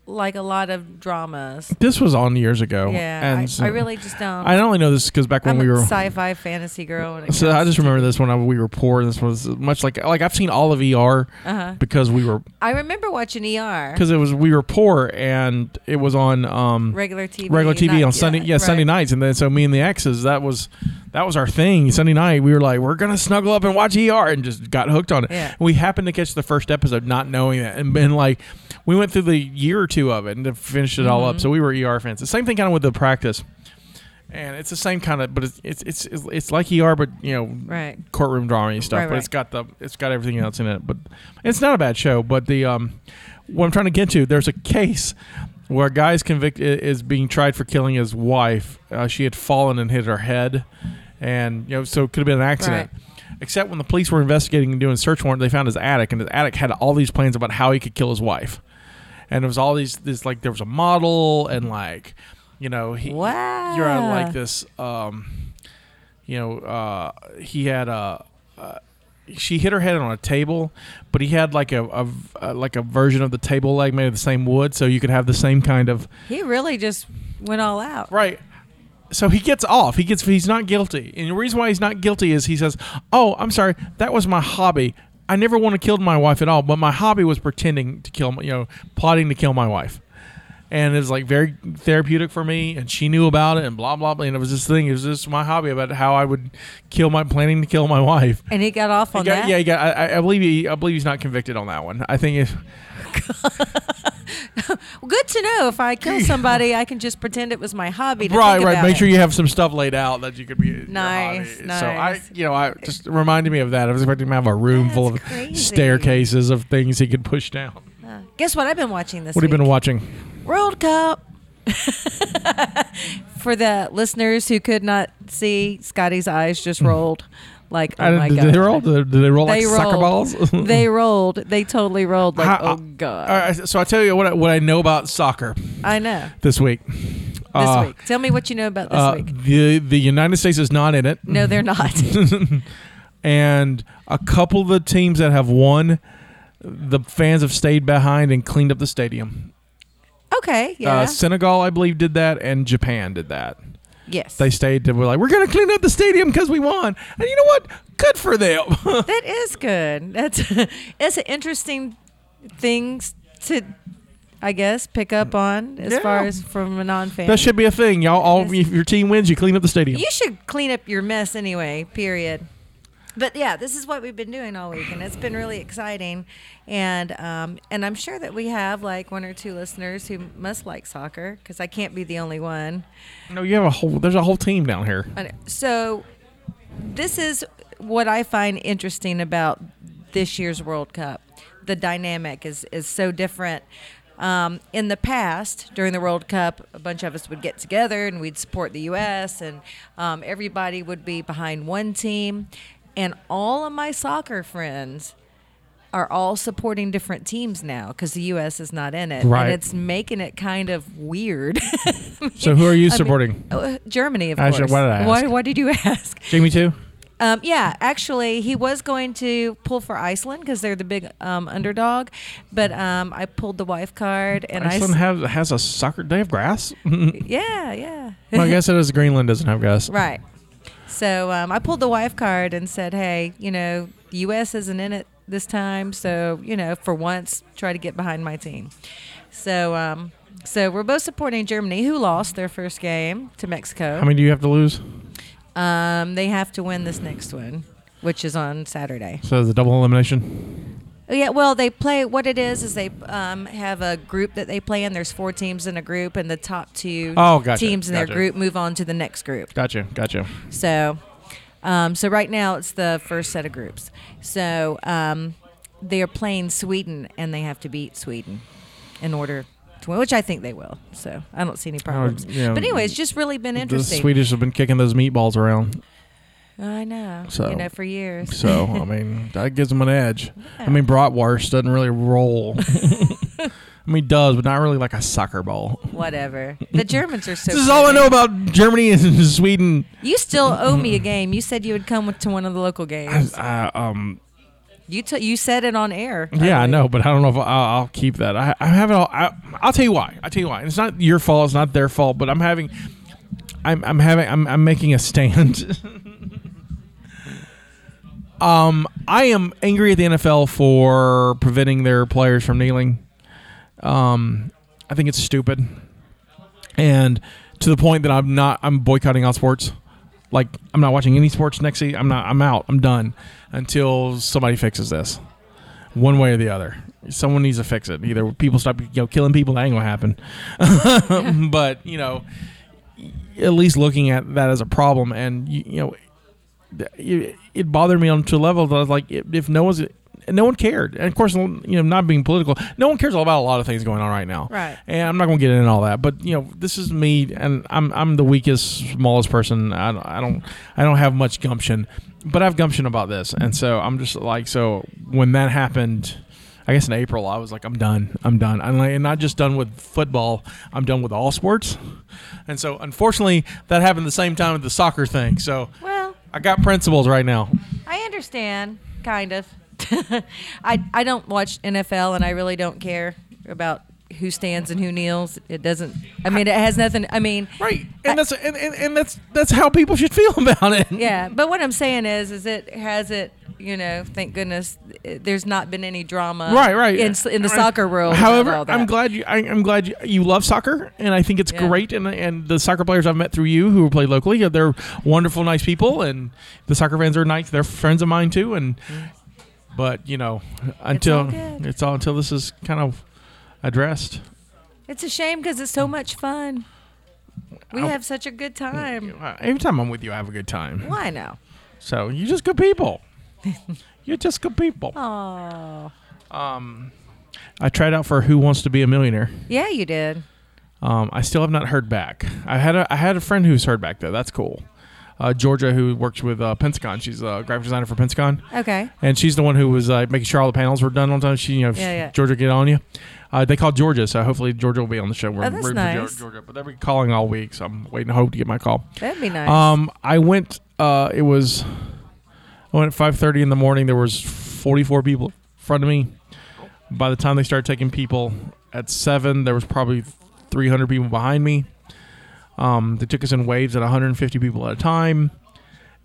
D: like a lot of dramas.
E: This was on years ago.
D: Yeah, I,
E: Oh, so-
D: I really just don't.
E: I only know this because back when
D: I'm
E: we
D: a
E: were.
D: sci-fi fantasy girl. When it
E: So I
D: comes
E: just remember this when I, we were poor. This was much like like I've seen all of ER
D: Uh-huh.
E: because we were
D: I remember watching ER
E: because it was we were poor and it was on um,
D: regular TV,
E: regular TV
D: not-
E: on Sunday, yeah,
D: right.
E: Sunday nights, and then so me and the exes, that was that was our thing. Sunday night, we were like, we're gonna snuggle up and watch ER, and just got hooked on it.
D: Yeah.
E: We happened to catch the first episode, not knowing that, and been like, we went through the year or two of it and then finished it all
D: Mm-hmm.
E: up. So we were ER fans. The same thing kind of with the practice, and it's the same kind of, but it's it's it's it's, it's like ER, but you know,
D: Right.
E: courtroom drama stuff,
D: Right,
E: but
D: right.
E: it's got the it's got everything else in it. But it's not a bad show. But the um, what I'm trying to get to, there's a case where a guy's convicted is being tried for killing his wife. Uh, she had fallen and hit her head, and you know, so it could have been an accident. Except when the police were investigating and doing a search warrant, they found his attic, and his attic had all these plans about how he could kill his wife. And it was all these this like there was a model and like you know he you're on like
D: Wow.
E: this um you know uh he had a uh, she hit her head on a table but he had like a, a v- uh, like a version of the table leg made of the same wood so you could have the same kind of
D: He really just went all out.
E: right so he gets off he gets he's not guilty and the reason why he's not guilty is he says oh i'm sorry that was my hobby i never want to kill my wife at all but my hobby was pretending to kill my, you know plotting to kill my wife and it was like very therapeutic for me and she knew about it and blah blah blah and it was this thing it was just my hobby about how i would kill my planning to kill my wife
D: And he got off on
E: yeah,
D: that.
E: yeah, yeah. I, I- I believe he, I believe he's not convicted on that one. I think if
D: Well, Good to know. If I kill somebody, I can just pretend it was my hobby. To
E: right,
D: think
E: right.
D: about
E: Make sure
D: it.
E: you have some stuff laid out that you could be your
D: Nice,
E: hobby. So I,
D: nice.
E: you know, I just it reminded me of that. I was expecting him to have a room full of
D: That's crazy.
E: staircases of things he could push down.
D: Uh, guess what? I've been watching this.
E: What have you
D: week?
E: been watching?
D: World Cup. For the listeners who could not see, Scotty's eyes just rolled. Like, oh
E: Mm. I
D: my
E: didn't-
D: god!
E: did they roll? Did, did they roll
D: They
E: like soccer
D: rolled.
E: balls?
D: they rolled. They totally rolled. Like,
E: How- uh,
D: oh god!
E: All right, so I tell you what I, what I know about soccer
D: I know. This
E: this week. Uh,
D: week, tell me what you know about this
E: uh,
D: week.
E: the the United States is not in it.
D: No, they're not.
E: and a couple of the teams that have won, the fans have stayed behind and cleaned up the stadium.
D: okay. Yeah.
E: Uh, Senegal, I believe, did that, and Japan did that.
D: yes.
E: They stayed and were like, "We're gonna clean up the stadium because we won." And you know what? Good for them.
D: That is good. That's it's an interesting things to, I guess, pick up on as
E: Yeah.
D: far as from a non-fan.
E: that should be a thing, y'all. All if your team wins, you clean up the stadium.
D: you should clean up your mess anyway. Period. But yeah, this is what we've been doing all week, and it's been really exciting. And um, and I'm sure that we have like one or two listeners who must like soccer because I can't be the only one.
E: No, you have a whole. There's a whole team down here.
D: I know. So, this is what I find interesting about this year's World Cup. The dynamic is is so different. Um, in the past, during the World Cup, a bunch of us would get together and we'd support the U.S. and um, everybody would be behind one team. And all of my soccer friends are all supporting different teams now because the U.S. is not in it,
E: Right.
D: and it's making it kind of weird.
E: So who are you supporting?
D: Uh, Germany, of
E: I should-
D: course.
E: why did I
D: Why,
E: ask?
D: why did you ask?
E: Jamie too.
D: Um, yeah, actually, he was going to pull for Iceland because they're the big um, underdog, but um, I pulled the wife card and
E: Iceland
D: I. s-
E: have has a soccer. They have grass.
D: yeah, yeah.
E: well, I guess it is. Greenland doesn't have grass.
D: right. So um, I pulled the wife card and said, hey, you know, the U.S. isn't in it this time, so, you know, for once, try to get behind my team. So, um, so we're both supporting Germany, who lost their first game to Mexico.
E: How many do you have to lose?
D: Um, they have to win this next one, which is on Saturday.
E: So it's a double elimination.
D: Oh, Yeah, well, they play. What it is is they um, have a group that they play in. There's four teams in a group, and the top two
E: Oh, gotcha,
D: teams in
E: gotcha.
D: their group move on to the next group.
E: Gotcha. Gotcha.
D: So, um, so right now it's the first set of groups. So um, they are playing Sweden, and they have to beat Sweden in order to win, which I think they will. So I don't see any problems.
E: Oh, Uh, yeah.
D: but anyway, it's just really been
E: The
D: interesting.
E: Swedish have been kicking those meatballs around.
D: I know.
E: So-
D: you know, for years.
E: So I mean, that gives them an edge. I mean, bratwurst doesn't really roll. I I mean, does, but not really like a soccer ball.
D: Whatever. The Germans are so.
E: This is all I
D: cunning.
E: know about Germany and Sweden.
D: You still owe me a game. You said you would come to one of the local games.
E: I, um,
D: You t- you said it on air.
E: yeah, I know, but I don't know if I'll, I'll keep that. I, I'm having all. I, I'll tell you why. I'll tell you why. It's not your fault. It's not their fault. But I'm having. I'm, I'm having. I'm, I'm making a stand. um, I am angry at the NFL for preventing their players from kneeling. Um, I think it's stupid, and to the point that I'm not. I'm boycotting all sports. Like I'm not watching any sports next season. I'm not. I'm out. I'm done until somebody fixes this one way or the other. Someone needs to fix it. Either people stop you know killing people, that ain't gonna happen. but you know, at least looking at that as a problem, and you, you know, th- it, it bothered me on two levels. I was like, if if no one's no one cared, and of course, you know, not being political, no one cares about a lot of things going on right now.
D: Right.
E: And I'm not gonna get into all that, but you know, this is me, and I'm I'm the weakest, smallest person. I don't I don't, I don't have much gumption, but I have gumption about this, and so I'm just like, so when that happened. I guess in April I was like, I'm done. I'm done. I'm like, and not just done with football. I'm done with all sports. And so, unfortunately, that happened the same time with the soccer thing. So,
D: Well,
E: I got principles right now.
D: I understand, kind of. I I don't watch NFL, and I really don't care about who stands and who kneels. It doesn't. I mean, it has nothing. I mean,
E: Right, and that's and, and, and that's that's how people should feel about it.
D: yeah. But what I'm saying is, is it has it. You know, thank goodness, it- there's not been any drama.
E: Right, right.
D: In, s- in the
E: Right.
D: soccer world. about
E: However,
D: all that.
E: I'm glad you. I, I'm glad you, you love soccer, and I think it's
D: Yeah.
E: great. And and the soccer players I've met through you who play locally, they're wonderful, nice people, and the soccer fans are nice. They're friends of mine too. And but you know, until
D: Mm. all
E: it's all,
D: good.
E: until this is kind of addressed.
D: It's a shame because it's so
E: Mm.
D: much fun. We have such a good time.
E: Every time I'm with you, I have a good time.
D: Well, I know.
E: So you're just good people. you're just good people.
D: Oh,
E: I tried out for Who Wants to Be a Millionaire.
D: yeah, you did.
E: Um, I still have not heard back. I had a I had a friend who's heard back though. That's cool. Uh, Georgia, who works with uh, Pensacon, she's a graphic designer for Pensacon,
D: Okay.
E: and she's the one who was uh, making sure all the panels were done on time. She, you know,
D: Yeah, yeah.
E: Georgia get on you. Uh, they called Georgia, so hopefully Georgia will be on the show. We're
D: Oh, that's
E: rooting for Geor-
D: nice.
E: Georgia, but they've been calling all week, so I'm waiting to hope to get my call.
D: That'd be nice.
E: Um, I went. Uh, it was. I went at five thirty in the morning. There was forty four people in front of me. By the time they started taking people at seven, there was probably three hundred people behind me. Um, they took us in waves at one hundred and fifty people at a time,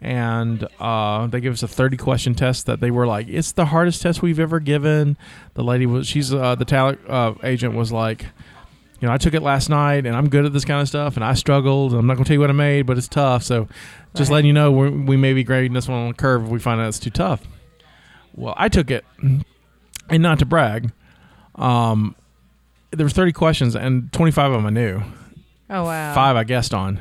E: and uh, they gave us a thirty question test that they were like, "It's the hardest test we've ever given." The lady was, she's uh, the talent uh, agent was like, you know, I took it last night and I'm good at this kind of stuff and I struggled. And I'm not going to tell you what I made, but it's tough. So just
D: Right.
E: letting you know, we we may be grading this one on a curve if we find out it's too tough. Well, I took it, and not to brag, um, there was 30 questions and 25 of them I knew.
D: oh wow.
E: Five I guessed on.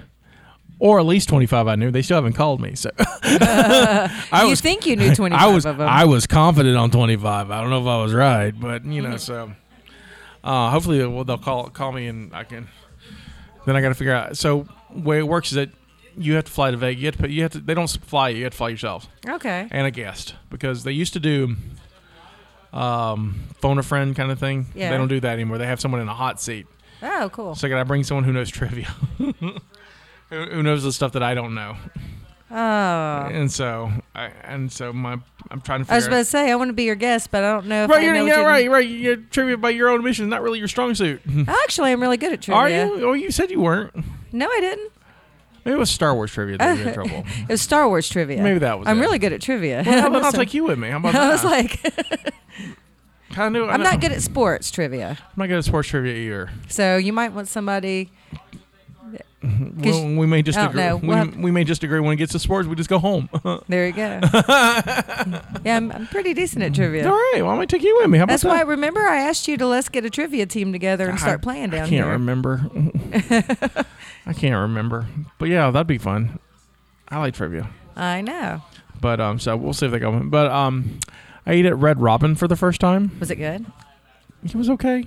E: Or at least 25 I knew. They still haven't called me. So I
D: you
E: was
D: think you knew 25
E: I was
D: of them?
E: I was confident on 25. I don't know if I was right, but you
D: Mm-hmm.
E: know, so uh, hopefully they'll, they'll call call me and I can. Then I got to figure out. So way it works is that you have to fly to Vegas. You have to, put- you have to they don't fly you. You have to fly yourself
D: okay.
E: and a guest because they used to do um, phone a friend kind of thing.
D: Yeah.
E: They don't do that anymore. They have someone in a hot seat.
D: Oh, cool.
E: So I got to bring someone who knows trivia. Who who knows the stuff that I don't know,
D: Oh. I
E: and so I, and so my I'm trying to. Figure
D: was
E: out-
D: about to say I want to be your guest, but I don't know if
E: Right,
D: I
E: you're,
D: know
E: yeah,
D: what you-
E: right, right. You're trivia by your own admission, not really your strong suit.
D: Oh, Actually, I'm really good at trivia.
E: Are you? Oh, you said you weren't.
D: No, I didn't.
E: Maybe it was Star Wars trivia that you had trouble.
D: It was Star Wars trivia.
E: Maybe that was
D: I'm
E: it.
D: really good at trivia.
E: Well, how about I'll take you with me? How about
D: I was
E: that?
D: like,
E: I knew, I
D: I'm
E: know-
D: not good at sports trivia,
E: I'm not good at sports trivia either.
D: so you might want somebody.
E: Well, we may just
D: I don't
E: agree.
D: know.
E: We,
D: We'll have-
E: we may just agree when it gets to sports, we just go home. All
D: There you go. yeah, I'm, I'm pretty decent at trivia.
E: right, well, I might take you with me. How about
D: That's why.
E: that?
D: Remember, I asked you to let's get a trivia team together and start playing down
E: I can't
D: here.
E: remember. I can't remember. But yeah, that'd be fun. I like trivia.
D: I know.
E: But um, so we'll see if they go. But um, I ate at Red Robin for the first time.
D: Was it good?
E: It was okay.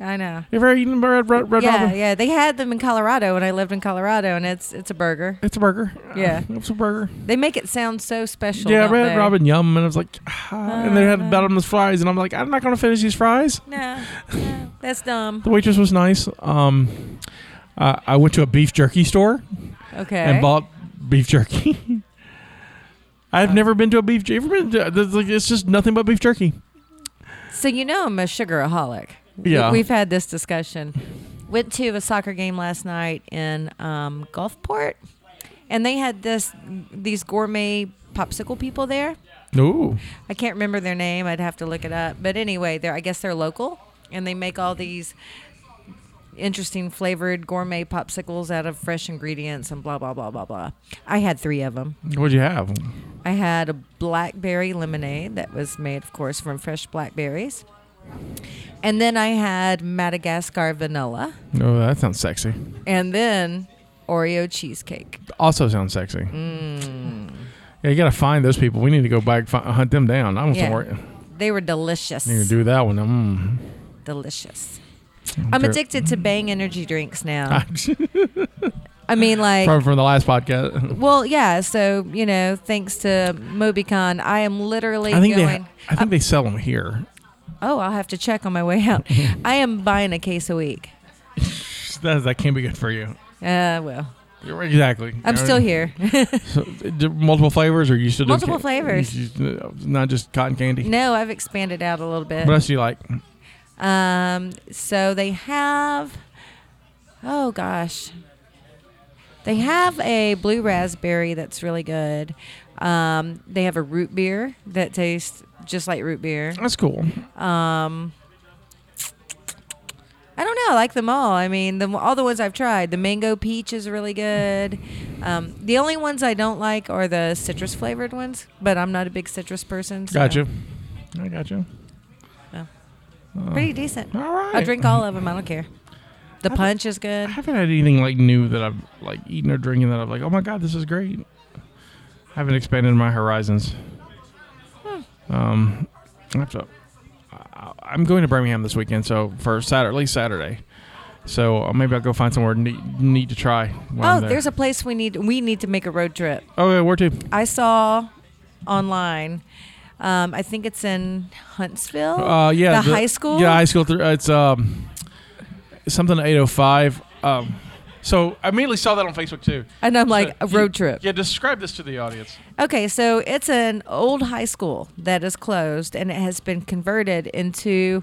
D: I know.
E: You ever eaten Red, Red, Red
D: yeah,
E: Robin?
D: yeah. They had them in Colorado when I lived in Colorado, and it's it's a burger.
E: It's a burger.
D: Yeah.
E: Uh, it's a burger.
D: They make it sound so special.
E: yeah,
D: don't
E: Red
D: they?
E: Robin Yum, and I was like, ah, and they had
D: Uh,
E: about them as fries, and I'm like, I'm not gonna finish these fries.
D: No, no. That's dumb.
E: The waitress was nice. Um, I I went to a beef jerky store
D: Okay.
E: and bought beef jerky. I've
D: Uh,
E: never been to a beef jerky. Ever been to, there's like- it's just nothing but beef jerky.
D: So you know I'm a sugaraholic. We-
E: Yeah.
D: We've had this discussion. Went to a soccer game last night in um, Gulfport, and they had this these gourmet popsicle people there.
E: Ooh.
D: I can't remember their name. I'd have to look it up. But anyway, they're I guess they're local, and they make all these interesting flavored gourmet popsicles out of fresh ingredients and blah blah blah blah blah. I had three of them.
E: What'd you have?
D: I had a blackberry lemonade that was made, of course, from fresh blackberries. And then I had Madagascar vanilla.
E: Oh, that sounds sexy.
D: And then Oreo cheesecake.
E: Also sounds sexy. Yeah, you got to find those people. We need to go back, fi- hunt them down. I want
D: Yeah.
E: some more.
D: They were delicious.
E: Need to do that one. Mm.
D: delicious. I'm
E: They're-
D: addicted to Bang energy drinks now.
E: Probably
D: I mean, like,
E: from the last podcast.
D: well, yeah. So, you know, thanks to MobiCon, I am literally
E: I think they,
D: going.
E: I think they sell them here.
D: oh, I'll have to check on my way out. I am buying a case a week.
E: That, that can't be good for you.
D: Uh, well,
E: You're- Exactly.
D: I'm still here.
E: So, d- multiple flavors, or you still do
D: Multiple flavors.
E: you- you- not just cotton candy.
D: no, I've expanded out a little bit.
E: What else do you like?
D: Um, so they have, oh gosh, they have a blue raspberry that's really good. Um, they have a root beer that tastes just like root beer.
E: That's cool.
D: Um, I don't know. I like them all. I mean, the, all the ones I've tried. The mango peach is really good. Um, the only ones I don't like are the citrus flavored ones, but I'm not a big citrus person. So
E: Gotcha. I gotcha.
D: Well,
E: Uh,
D: Pretty decent.
E: all right.
D: I'll drink all of them. I don't care. The punch is
E: I
D: good.
E: haven't had anything like new that I've like eaten or drinking that I'm like, oh my god, this is great. I haven't expanded my horizons.
D: Hmm.
E: Um, I have to. I- I'm going to Birmingham this weekend, so for Saturday, at least Saturday. So uh, maybe I'll go find somewhere neat, neat to try. While
D: Oh,
E: I'm there.
D: there's a place we need. We need to make a road trip.
E: oh yeah, where to?
D: I saw online. Um, I think it's in Huntsville.
E: Uh, yeah,
D: Oh, The high school?
E: Yeah, high school. Th- it's um, something 805. Um, so I immediately saw that on Facebook too.
D: and I'm like a
E: So,
D: road
E: yeah,
D: trip.
E: Yeah, describe this to the audience.
D: Okay, so it's an old high school that is closed, and it has been converted into.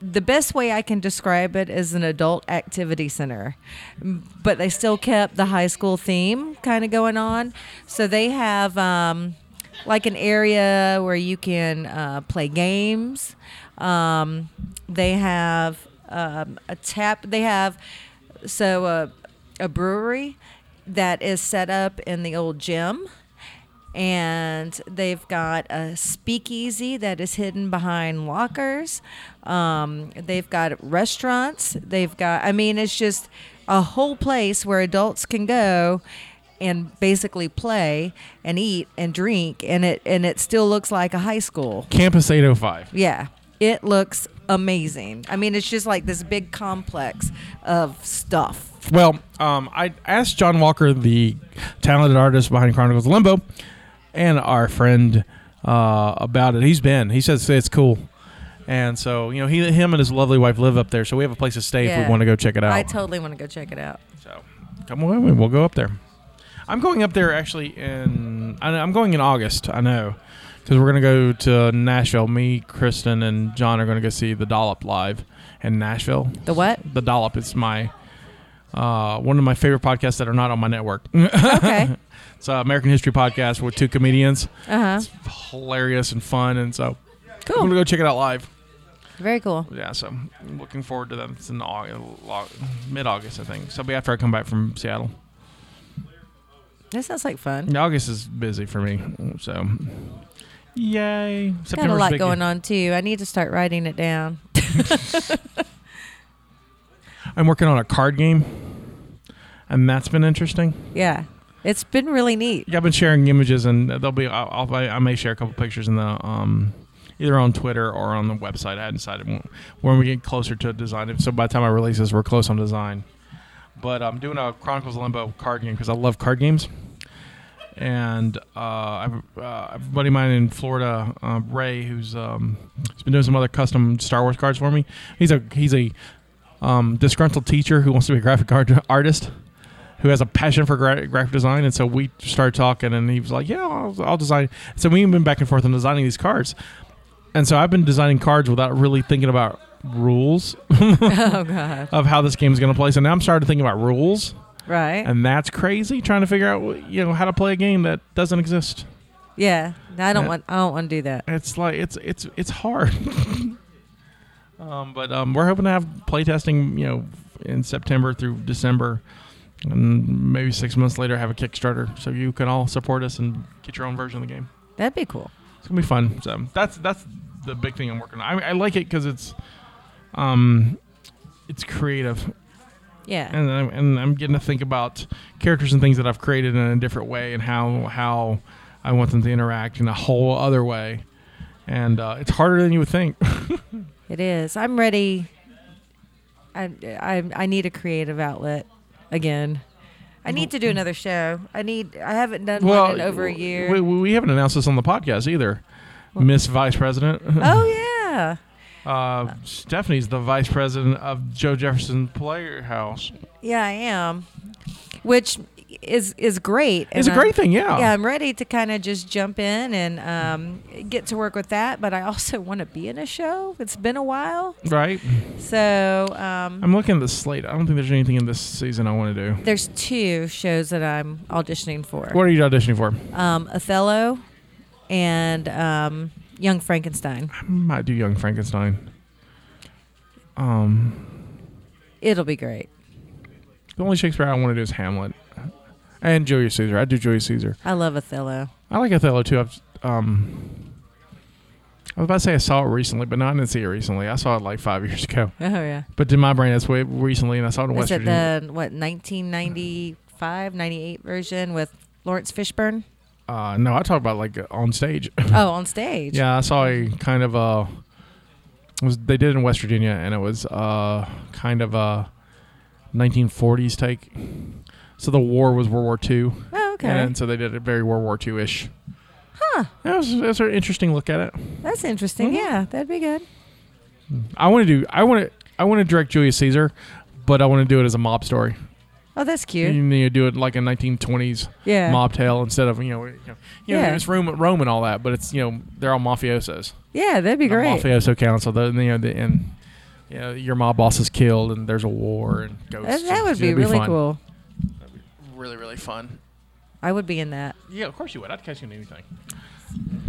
D: The best way I can describe it is an adult activity center, but they still kept the high school theme kind of going on. So they have um, like an area where you can uh, play games. Um, they have um, a tap. They have so a, a brewery that is set up in the old gym and they've got a speakeasy that is hidden behind lockers. Um, they've got restaurants. They've got, I mean, it's just a whole place where adults can go and basically play and eat and drink, and it and it still looks like a high school.
E: Campus 805.
D: Yeah, it looks amazing. I mean, it's just like this big complex of stuff.
E: Well, um, I asked John Walker, the talented artist behind Chronicles of Limbo, and our friend uh, about it. He's been. He says it's cool, and so you know he, him, and his lovely wife live up there. So we have a place to stay if
D: Yeah.
E: we want to go check it out.
D: I totally want to go check it out.
E: so come with me. We'll go up there. I'm going up there actually in. I know- I'm going in August. I know because we're gonna go to Nashville. Me, Kristen, and John are gonna go see the Dollop live in Nashville.
D: The what?
E: The Dollop. It's my uh, one of my favorite podcasts that are not on my network.
D: Okay.
E: it's an American history podcast with two comedians.
D: Uh huh.
E: Hilarious and fun, and so I'm gonna
D: Cool.
E: go check it out live.
D: Very cool.
E: Yeah, so I'm looking forward to them. It's in August, mid August, I think. So it'll be after I come back from Seattle.
D: That sounds like fun.
E: Yeah, August is busy for me, so yay!
D: Got a lot going on too. I need to start writing it down.
E: I'm working on a card game, and that's been interesting.
D: Yeah, it's been really neat.
E: Yeah, I've been sharing images, and there'll be I'll, I'll, I may share a couple pictures in the um, either on Twitter or on the website. I hadn't decided when, when we get closer to design. So by the time I release this, we're close on design. But I'm doing a Chronicles of Limbo card game because I love card games, and uh, I've, uh, a buddy of mine in Florida, uh, Ray, who's um, he's been doing some other custom Star Wars cards for me. He's a he's a um, disgruntled teacher who wants to be a graphic art- artist, who has a passion for gra- graphic design, and so we started talking, and he was like, "Yeah, I'll, I'll design." So we've been back and forth on designing these cards, and so I've been designing cards without really thinking about rules
D: Oh God.
E: of how this game is going to play. So now I'm starting to think about rules
D: Right.
E: and that's crazy trying to figure out wh- you know how to play a game that doesn't exist
D: yeah. I don't
E: Yeah.
D: want. I don't want to do that.
E: it's like it's it's it's hard um, but um, we're hoping to have playtesting you know in september through december and Mm, maybe six months later have a kickstarter so you can all support us and get your own version of the game
D: That'd be cool.
E: it's gonna be fun so that's that's the big thing i'm working on i, I like it because it's um it's creative
D: Yeah.
E: and I'm, and I'm getting to think about characters and things that I've created in a different way and how how I want them to interact in a whole other way. And uh, it's harder than you would think.
D: It is. I'm ready. I, I I need a creative outlet again. I need to do another show. I need. I haven't done one in over a year.
E: Mm-hmm. We, we haven't announced this on the podcast either. Miss Vice President.
D: oh yeah.
E: Uh, Stephanie's the Vice President of Joe Jefferson Playhouse.
D: Yeah, I am. Which is is great.
E: It's a
D: and I'm-
E: great thing, yeah.
D: Yeah, I'm ready to kind of just jump in and um, get to work with that, but I also want to be in a show. It's been a while,
E: Right?
D: so um,
E: I'm looking at the slate. I don't think there's anything in this season I want to do.
D: there's two shows that I'm auditioning for:
E: What are you auditioning for?
D: um, Othello and um, Young Frankenstein.
E: I might do Young Frankenstein. Um,
D: It'll be great.
E: The only Shakespeare I want to do is Hamlet, and Julius Caesar. I do Julius Caesar.
D: I love Othello.
E: I like Othello too. I've, um, I was about to say I saw it recently, but no, I didn't see it recently. I saw it like five years ago.
D: Oh yeah.
E: But in my brain, that's way recently, and I saw it in
D: Is
E: West
D: it
E: Virginia.
D: the what 1995, 98 version with Lawrence Fishburne?
E: uh, no, I talk about like on stage.
D: Oh, on stage.
E: yeah, I saw a kind of a. it Was, they did it in West Virginia, and it was uh, kind of a 1940s take. So the war was World War II,
D: Oh, okay.
E: and so they did it very World War II ish. Huh. That was, that's an interesting look at it.
D: That's interesting.
E: Mhm.
D: Yeah, that'd be good.
E: I want to do. I want to. I want to direct Julius Caesar, but I want to do it as a mob story.
D: Oh, that's
E: You,
D: cute.
E: need to do it like a 1920s
D: Yeah.
E: mob tale instead of you know, you know, you know
D: Yeah.
E: it's Rome, Rome and all that, but it's you know they're all mafiosos.
D: Yeah, that'd be
E: The
D: great.
E: mafioso council. The, you know, the, and you know, your mob boss is killed, and there's a war and
D: That,
E: ghosts.
D: that would
E: It'd
D: be really
E: fun.
D: cool.
E: Really, really fun.
D: I would be in that.
E: Yeah, of course you would. I'd catch you in anything.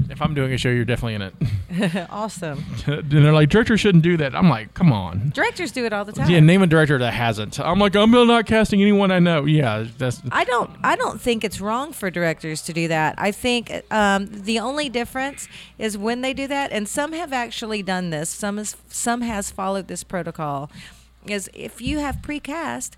E: If I'm doing a show, you're definitely in it.
D: awesome.
E: and they're like, director shouldn't do that. I'm like, come on.
D: Directors do it all the time.
E: Yeah, name a director that hasn't. I'm like, I'm not casting anyone I know. Yeah, that's
D: I don't. I don't think it's wrong for directors to do that. I think um, the only difference is when they do that, and some have actually done this. Some is some has followed this protocol. Is if you have precast,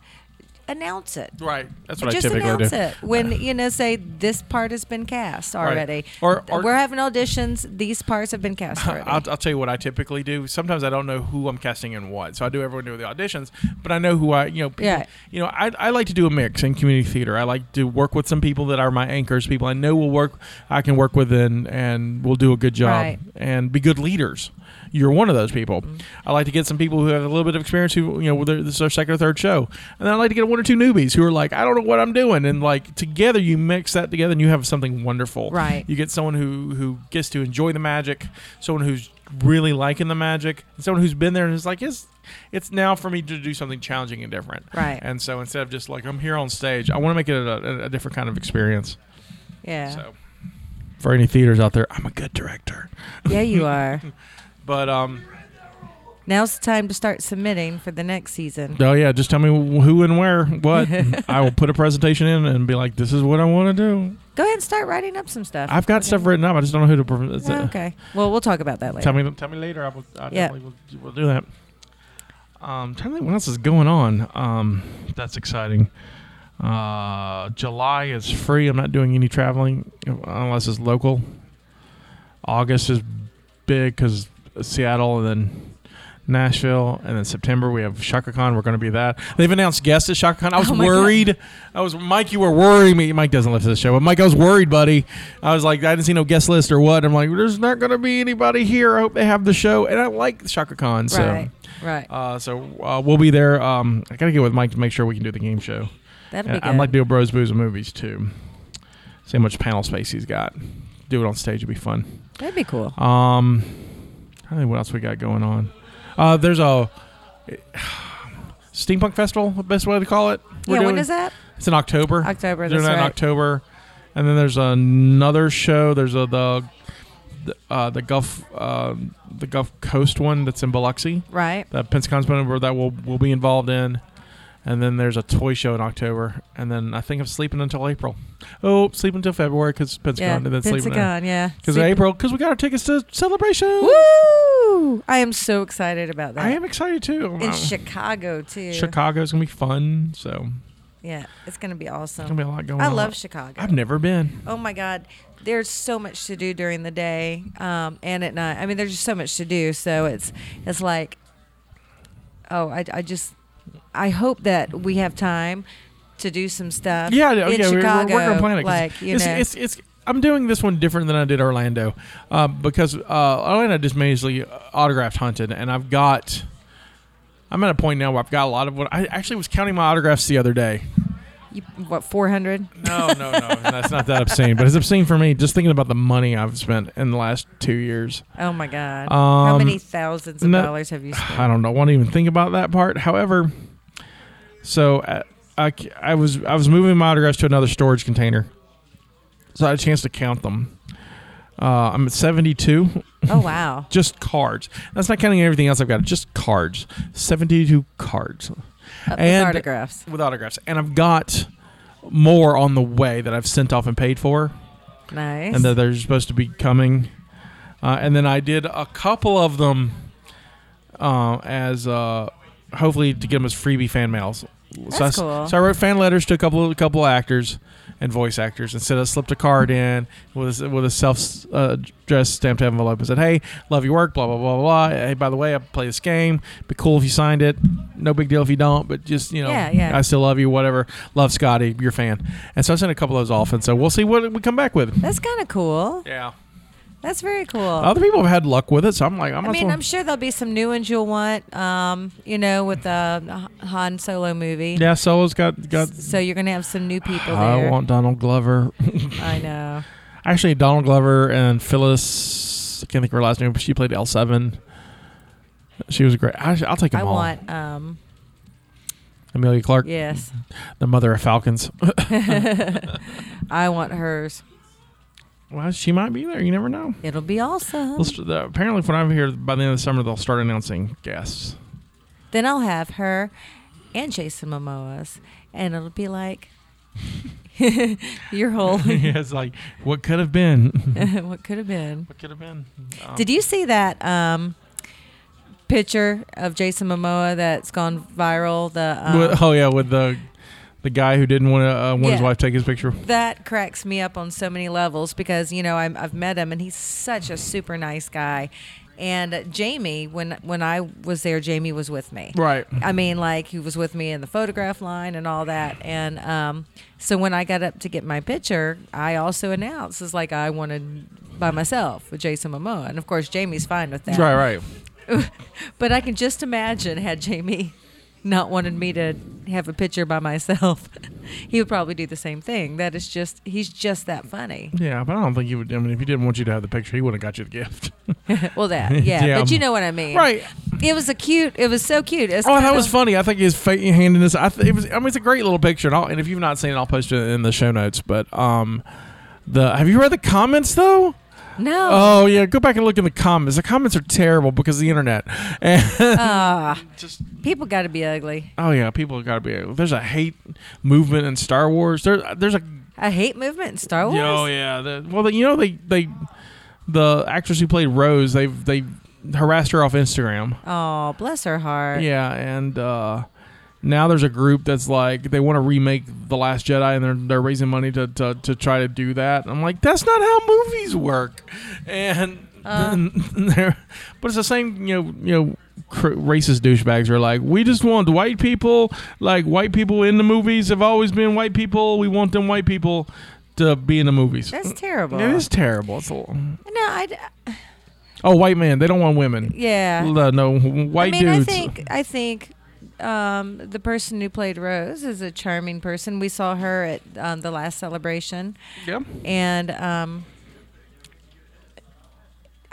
D: announce it.
E: right. That's what
D: just
E: I typically
D: announce
E: do.
D: it when you know say this part has been cast already
E: Or- or-
D: we're having auditions these parts have been cast already
E: I'll, I'll tell you what I typically do. Sometimes I don't know who I'm casting and what, so I do everyone do the auditions. But I know who I, you know, people,
D: Yeah.
E: you know, I, I like to do a mix in community theater. I like to work with some people that are my anchors, people I know will work, I can work with, and and will do a good job
D: Right.
E: and be good leaders. You're one of those people.
D: Mm-hmm.
E: I like to get some people who have a little bit of experience, who you know, whether this is their second or third show, and then I like to get one or two newbies who are like, I don't know what I'm doing, and like together you mix that together and you have something wonderful.
D: Right.
E: You get someone who who gets to enjoy the magic, someone who's really liking the magic, and someone who's been there and is like, it's it's now for me to do something challenging and different.
D: Right.
E: And so instead of just like I'm here on stage, I want to make it a, a, a different kind of experience.
D: yeah
E: So for any theaters out there, I'm a good director.
D: yeah you are
E: But um,
D: now's the time to start submitting for the next season
E: oh yeah, just tell me wh- who and where, what. I will put a presentation in and be like, this is what I want to do.
D: go ahead and start writing up some stuff
E: I've got stuff written up. I just don't know who to. Pre- it's,
D: Oh,
E: uh,
D: okay well we'll talk about that later
E: Tell me, tell me later. I will. I
D: Yeah.
E: definitely will, will do that. Um, tell me what else is going on. Um, that's exciting. Uh, July is free. I'm not doing any traveling unless it's local. August is big because Seattle, and then Nashville, and then September we have Shaka Khan. We're going to be that. They've announced guests at Shaka Khan. I was
D: Oh my God.
E: worried. I was Mike. You were worrying me. Mike doesn't listen to the show, but Mike, I was worried, buddy. I was like, I didn't see no guest list or what. I'm like, there's not going to be anybody here. I hope they have the show, and I like Shaka Khan. So,
D: Right. Right.
E: uh, so uh, we'll be there. Um, I got to get with Mike to make sure we can do the game show.
D: That'd be
E: And
D: good.
E: I'd like to do a Bros Booze and Movies too. See how much panel space he's got. Do it on stage. It'd be fun.
D: That'd be cool.
E: Um, I think what else we got going on. Uh, there's a steampunk festival. the Best way to call it.
D: yeah,
E: We're
D: when
E: doing.
D: is that?
E: It's in October.
D: October,
E: Doing
D: that's
E: that in
D: right.
E: October, and then there's another show. There's a the the, uh, the Gulf uh, the Gulf Coast one that's in Biloxi.
D: Right.
E: That Pensacons member that will will be involved in. And then there's a toy show in October, and then I think I'm sleeping until April. Oh, sleeping until February because Pensacon,
D: Yeah.
E: and then sleeping
D: Pentagon, yeah.
E: because
D: Sleep-
E: April because we got our tickets to Celebration.
D: Woo! I am so excited about that.
E: I am excited too.
D: in
E: Um,
D: Chicago too.
E: Chicago's gonna be fun, so
D: Yeah, it's gonna be awesome.
E: it's gonna be a lot going
D: I
E: on.
D: love Chicago.
E: I've never been.
D: oh my God, there's so much to do during the day um, and at night. I mean, there's just so much to do. So it's it's like, oh, I, I just I hope that we have time to do some stuff.
E: Yeah, yeah,
D: in
E: okay, we're,
D: Chicago,
E: we're working on planning. it 'cause
D: like you
E: it's,
D: know,
E: it's, it's, I'm doing this one different than I did Orlando, uh, because uh, Orlando just mainly autographed hunted, and I've got. I'm at a point now where I've got a lot of what I actually was counting my autographs the other day.
D: you, what 400.
E: No, no, no, that's not that obscene, but it's obscene for me just thinking about the money I've spent in the last two years.
D: Oh my God, how
E: Um,
D: many thousands of
E: no-
D: dollars have you spent?
E: I don't know. I won't even think about that part. However, so uh, I, I was I was moving my autographs to another storage container, so I had a chance to count them. Uh, I'm at 72,
D: Oh wow,
E: just cards. That's not counting everything else I've got. Just cards, 72 cards
D: Up with
E: And-
D: autographs.
E: with autographs, and I've got more on the way that I've sent off and paid for,
D: Nice.
E: and that they're supposed to be coming. Uh, and then I did a couple of them uh, as uh, hopefully to get them as freebie fan mails. so, I,
D: That's cool.
E: so I wrote fan letters to a couple of a couple of actors and voice actors, and said I slipped a card in with a, with a self uh, addressed stamped envelope and said, "Hey, love your work, blah blah blah blah. Hey, by the way, I play this game. Be cool if you signed it. No big deal if you don't, but just you know,
D: Yeah, yeah.
E: I still love you. Whatever. Love Scotty, your fan." And so I sent a couple of those off, and so we'll see what we come back with.
D: That's kind of cool.
E: Yeah.
D: That's very cool.
E: Other people have had luck with it, so I'm like, I'm.
D: I
E: not
D: mean, I'm sure there'll be some new ones you'll want. Um, you know, with the H- Han Solo movie.
E: yeah, Solo's got got.
D: So you're gonna have some new people
E: I
D: there.
E: want Donald Glover.
D: I know.
E: Actually, Donald Glover and Phyllis. I can't think of her last name, but she played L seven. She was great. I, I'll take them
D: I
E: all.
D: want. Um,
E: Amelia Clark,
D: yes,
E: the mother of Falcons.
D: I want hers.
E: well, she might be there. You never know.
D: It'll be awesome.
E: Let's- the- apparently, when I'm here by the end of the summer, they'll start announcing guests.
D: Then I'll have her and Jason Momoa's, and it'll be like your whole
E: Yeah, it's like what could have been.
D: what could have been.
E: What could have been? Um,
D: Did you see that um, picture of Jason Momoa that's gone viral? The um,
E: with- oh yeah, with the the guy who didn't want to uh, want his
D: Yeah.
E: wife to take his picture.
D: that cracks me up on so many levels because you know I'm, I've met him and he's such a super nice guy. And uh, Jamie, when when I was there, Jamie was with me.
E: Right.
D: I mean, like he was with me in the photograph line and all that. And um, so when I got up to get my picture, I also announced, "Is like I wanted by myself with Jason Momoa." And of course, Jamie's fine with that.
E: Right. Right.
D: But I can just imagine had Jamie not wanted me to have a picture by myself, he would probably do the same thing. That is just, he's just that funny.
E: Yeah, but I don't think he would. I mean, if he didn't want you to have the picture, he wouldn't have got you the gift.
D: Well, that, yeah.
E: Yeah.
D: But you know what I mean.
E: right.
D: It was a cute, it was so cute. It's
E: Oh,
D: kind
E: that was
D: of-
E: funny. I think his fa- hand in this. I th- it was. I mean, it's a great little picture. And, I'll, and if you've not seen it, I'll post it in the show notes. But um, the have you read the comments though?
D: No.
E: Oh yeah, go back and look in the comments. The comments are terrible because of the internet. And
D: Ah,
E: just
D: people got to be ugly.
E: oh yeah, people have got to be. There's a hate movement in Star Wars. There's there's a
D: I hate movement in Star Wars.
E: Oh yeah. The, well, the, you know they they the actress who played Rose they they harassed her off Instagram.
D: Oh, bless her heart.
E: Yeah, and uh, now there's a group that's like they want to remake the Last Jedi, and they're they're raising money to to, to try to do that. I'm like, that's not how movies work, and.
D: Uh.
E: then- but it's the same, you know, you know, cr- racist douchebags are like, we just want white people. Like white people in the movies have always been white people. We want them white people to be in the movies. Mm,
D: That's terrible.
E: It is terrible. It's a-
D: No, I. d-
E: oh, white man. They don't want women.
D: Yeah.
E: No, no, white
D: I mean,
E: dudes.
D: I think I think um, the person who played Rose is a charming person. We saw her at um, the last celebration,
E: Yep.
D: and um,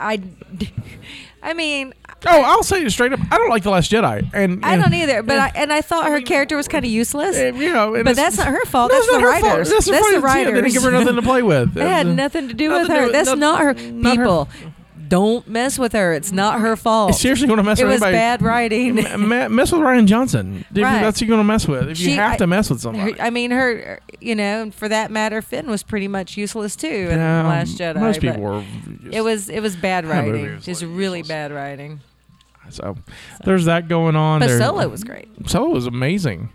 D: I, I mean,
E: Oh, I'll say it straight up. I don't like the Last Jedi, and,
D: I
E: and-
D: don't either. But I, and I thought her character was kind of useless.
E: and, you know, and
D: But
E: it's-
D: that's not her fault.
E: No,
D: That's
E: it's
D: the
E: not her fault.
D: writers.
E: That's the,
D: That's the
E: writers. They didn't give her
D: writers.
E: nothing to play with.
D: It had
E: Uh,
D: nothing to do
E: nothing
D: with
E: to
D: her.
E: do-
D: That's
E: nothing-
D: not her.
E: not her.
D: People, don't mess with her. It's not her fault.
E: It's seriously going to mess
D: it
E: with
D: was
E: anybody.
D: bad writing.
E: M- ma- mess with Ryan Johnson. If you-
D: Right.
E: That's who you're going to mess with. If
D: She-
E: you have
D: I-
E: to mess with
D: Her,
E: somebody.
D: I mean, her, you know, and for that matter, Finn was pretty much useless too in
E: Yeah,
D: The Last Jedi. but
E: Most people were.
D: It was it was bad
E: That movie
D: writing.
E: was
D: Just
E: like
D: really
E: useless.
D: bad writing.
E: so there's that going on.
D: But
E: there.
D: Solo was great.
E: Solo was amazing.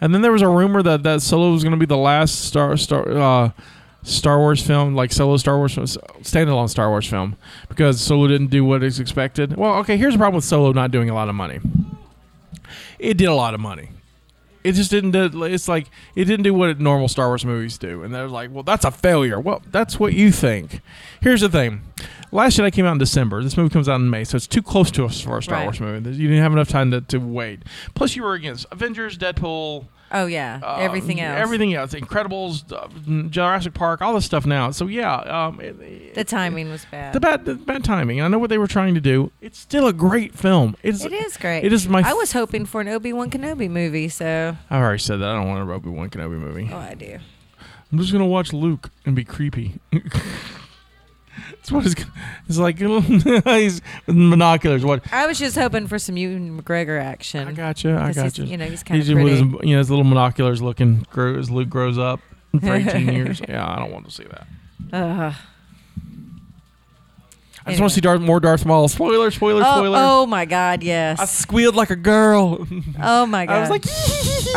E: And then there was a rumor that that Solo was going to be the last Star Star uh, Star Wars film, like Solo Star Wars film- standalone Star Wars film, because Solo didn't do what is expected. Well, okay, here's the problem with Solo not doing a lot of money. It did a lot of money. It just didn't. Do, it's like it didn't do what normal Star Wars movies do, and they're like, "Well, that's a failure." Well, that's what you think. Here's the thing: Last Jedi came out in December. This movie comes out in May, so it's too close to us for a Star
D: Right.
E: Wars movie. You didn't have enough time to, to wait. Plus, you were against Avengers, Deadpool,
D: Oh yeah,
E: um,
D: everything else.
E: everything else, Incredibles, uh, Jurassic Park, all this stuff now. So yeah, um, it-
D: The timing was bad.
E: the bad the bad timing. I know what they were trying to do. It's still a great film. It's
D: it is great.
E: It is my.
D: I was hoping for an Obi Wan Kenobi movie, so
E: I already said that. I don't want a Obi Wan Kenobi movie.
D: oh, I do.
E: I'm just gonna watch Luke and be creepy. it's what it's, g- it's like. he's with binoculars. What?
D: I was just hoping for some Ewan McGregor action.
E: I gotcha. I
D: 'cause he's-
E: gotcha.
D: You know, he's kind
E: He's
D: of
E: just with his,
D: pretty.
E: you know, his little binoculars looking grow, as Luke grows up for 18 years. Yeah, I don't want to see that.
D: Ugh.
E: I just want
D: Anyway.
E: to see Darth, more Darth Maul. Spoiler, spoiler,
D: Oh,
E: spoiler.
D: oh my God,
E: I
D: yes.
E: squealed like a girl.
D: Oh my God.
E: I was like,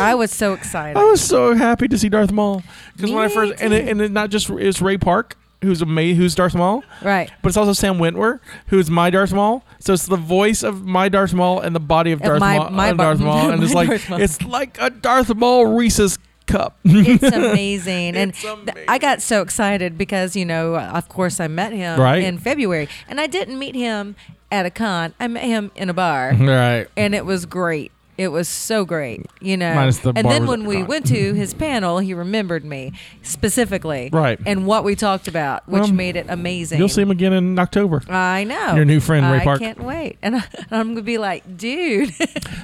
D: I was so excited.
E: I was so happy to see Darth Maul because
D: Me
E: when I first and it, and it not just it's Ray Park who's a ma- who's Darth Maul,
D: right.
E: but it's also Sam Witwer who's my Darth Maul. So it's the voice of my Darth Maul and the body of
D: Of
E: Darth
D: my-
E: Maul,
D: my
E: of
D: bo-
E: Darth Maul, and it's
D: my
E: like
D: Darth Maul.
E: it's like a Darth Maul Reese's cup.
D: it's amazing and
E: It's
D: th-
E: amazing.
D: i got so excited because you know of course i met him
E: Right.
D: in february and i didn't meet him at a con i met him in a bar
E: right.
D: and it was great it was so great you know
E: Minus the
D: and
E: bar
D: then
E: was at
D: when
E: the
D: we
E: con.
D: went to his panel he remembered me specifically
E: Right.
D: and what we talked about which
E: Well,
D: made it amazing
E: You'll see him again in October.
D: I know.
E: Your new friend, Ray
D: I
E: Park.
D: can't wait. And I, I'm going to be like, dude.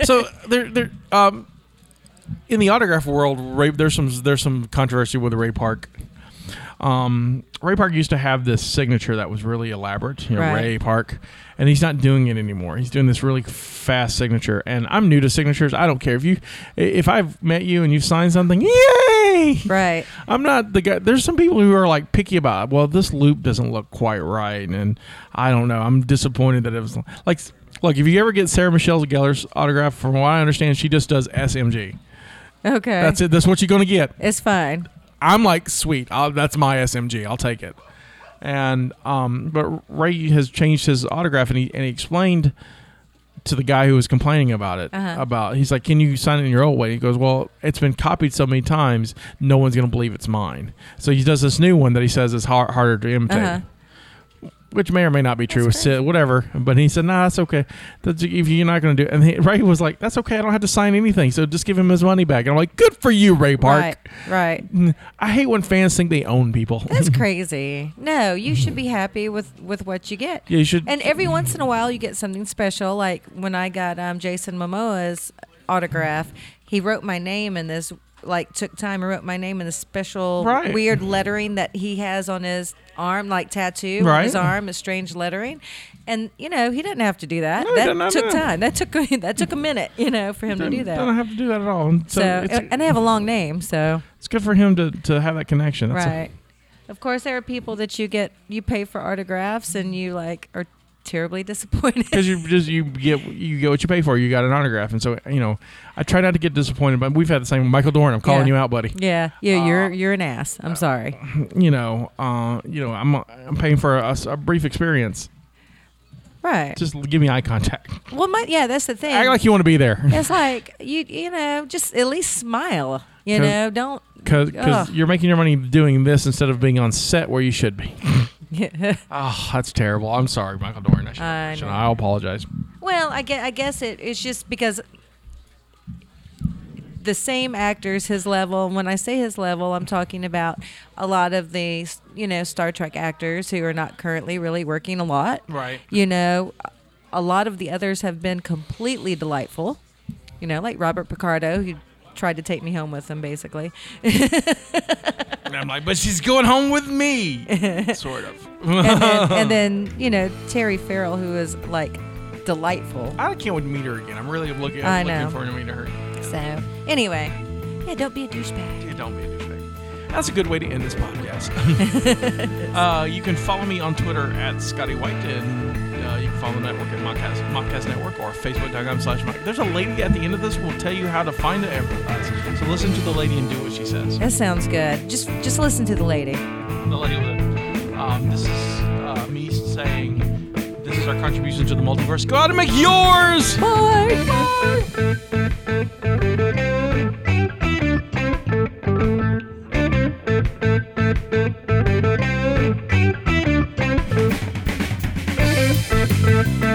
E: so there, there, um, in the autograph world, Ray, there's some there's some controversy with Ray Park. Um, Ray Park used to have this signature that was really elaborate, you know,
D: Right.
E: Ray Park, and he's not doing it anymore. He's doing this really fast signature, and I'm new to signatures. I don't care if you, if I've met you and you've signed something, yay!
D: right.
E: I'm not the guy. There's some people who are like picky about. Well, this loop doesn't look quite right, and I don't know. I'm disappointed that it was like. Look, if you ever get Sarah Michelle Gellar's autograph, from what I understand, she just does SMG.
D: Okay.
E: That's it. That's what you're gonna get.
D: It's fine.
E: I'm like, sweet. I'll, that's my SMG. I'll take it. And um, but Ray has changed his autograph, and he and he explained to the guy who was complaining about it
D: Uh-huh.
E: about he's like, can you sign it in your old way? He goes, well, it's been copied so many times, no one's gonna believe it's mine. So he does this new one that he says is har harder to imitate.
D: Uh-huh.
E: Which may or may not be true,
D: That's
E: si- whatever. But he said, "Nah, that's okay. That's, if you're not going to do it." And he, Ray was like, "That's okay. I don't have to sign anything. So just give him his money back." And I'm like, "Good for you, Ray Park."
D: Right. Right.
E: I hate when fans think they own people.
D: That's crazy. No, you should be happy with with what you get.
E: yeah, you should.
D: And every once in a while, you get something special. Like when I got um, Jason Momoa's autograph, he wrote my name in this. Like took time and wrote my name in the special
E: Right.
D: weird lettering that he has on his arm, like tattoo on
E: Right.
D: his arm, a strange lettering. And you know he didn't have to do that.
E: No, he didn't
D: that
E: have
D: took
E: to.
D: time. That took that took a minute, you know, for him to do
E: Don't
D: that.
E: have to do that at all. And so,
D: So uh,
E: it's,
D: and I have a long name, so
E: it's good for him to, to have that connection. That's a-
D: right. of course, there are people that you get you pay for autographs and you like are terribly disappointed.
E: because you just you get you get what you pay for. You got an autograph, and so you know I try not to get disappointed. But we've had the same Michael Dorn. I'm calling
D: Yeah.
E: you out, buddy.
D: yeah, yeah, you're you're an ass. I'm sorry.
E: You know, uh, you know I'm I'm paying for a, a brief experience.
D: Right.
E: Just give me eye contact.
D: well, my, yeah, that's the thing.
E: Act like you want to be there.
D: it's like you you know just at least smile. You
E: 'Cause-
D: know, don't.
E: Because
D: Ugh.
E: you're making your money doing this instead of being on set where you should be. oh, that's terrible. I'm sorry, Michael Dorn. I should,
D: I
E: I, should,
D: know.
E: I apologize.
D: Well, I guess, I guess it, it's just because the same actors, his level, and when I say his level, I'm talking about a lot of the, you know, Star Trek actors who are not currently really working a lot.
E: Right.
D: You know, a lot of the others have been completely delightful, you know, like Robert Picardo, who tried to take me home with him, basically.
E: And I'm like, but she's going home with me. sort of.
D: and, then, and then, you know, Terry Farrell, who is like delightful.
E: I can't wait to meet her again. I'm really looking,
D: I
E: I'm
D: know.
E: looking forward to meeting her.
D: So, anyway, yeah, don't be a douchebag.
E: Dude, don't be a douchebag. That's a good way to end this podcast. uh, you can follow me on Twitter at Scotty White, and uh, you can follow the network at Mobcast, Mobcast Network or Facebook.com slash Mobcast. There's a lady at the end of this who will tell you how to find the advertise. So listen to the lady and do what she says.
D: That sounds good. Just just listen to the lady.
E: The lady will do. Um, this is uh, me saying this is our contribution to the multiverse. Go out and make yours!
D: Bye. Bye.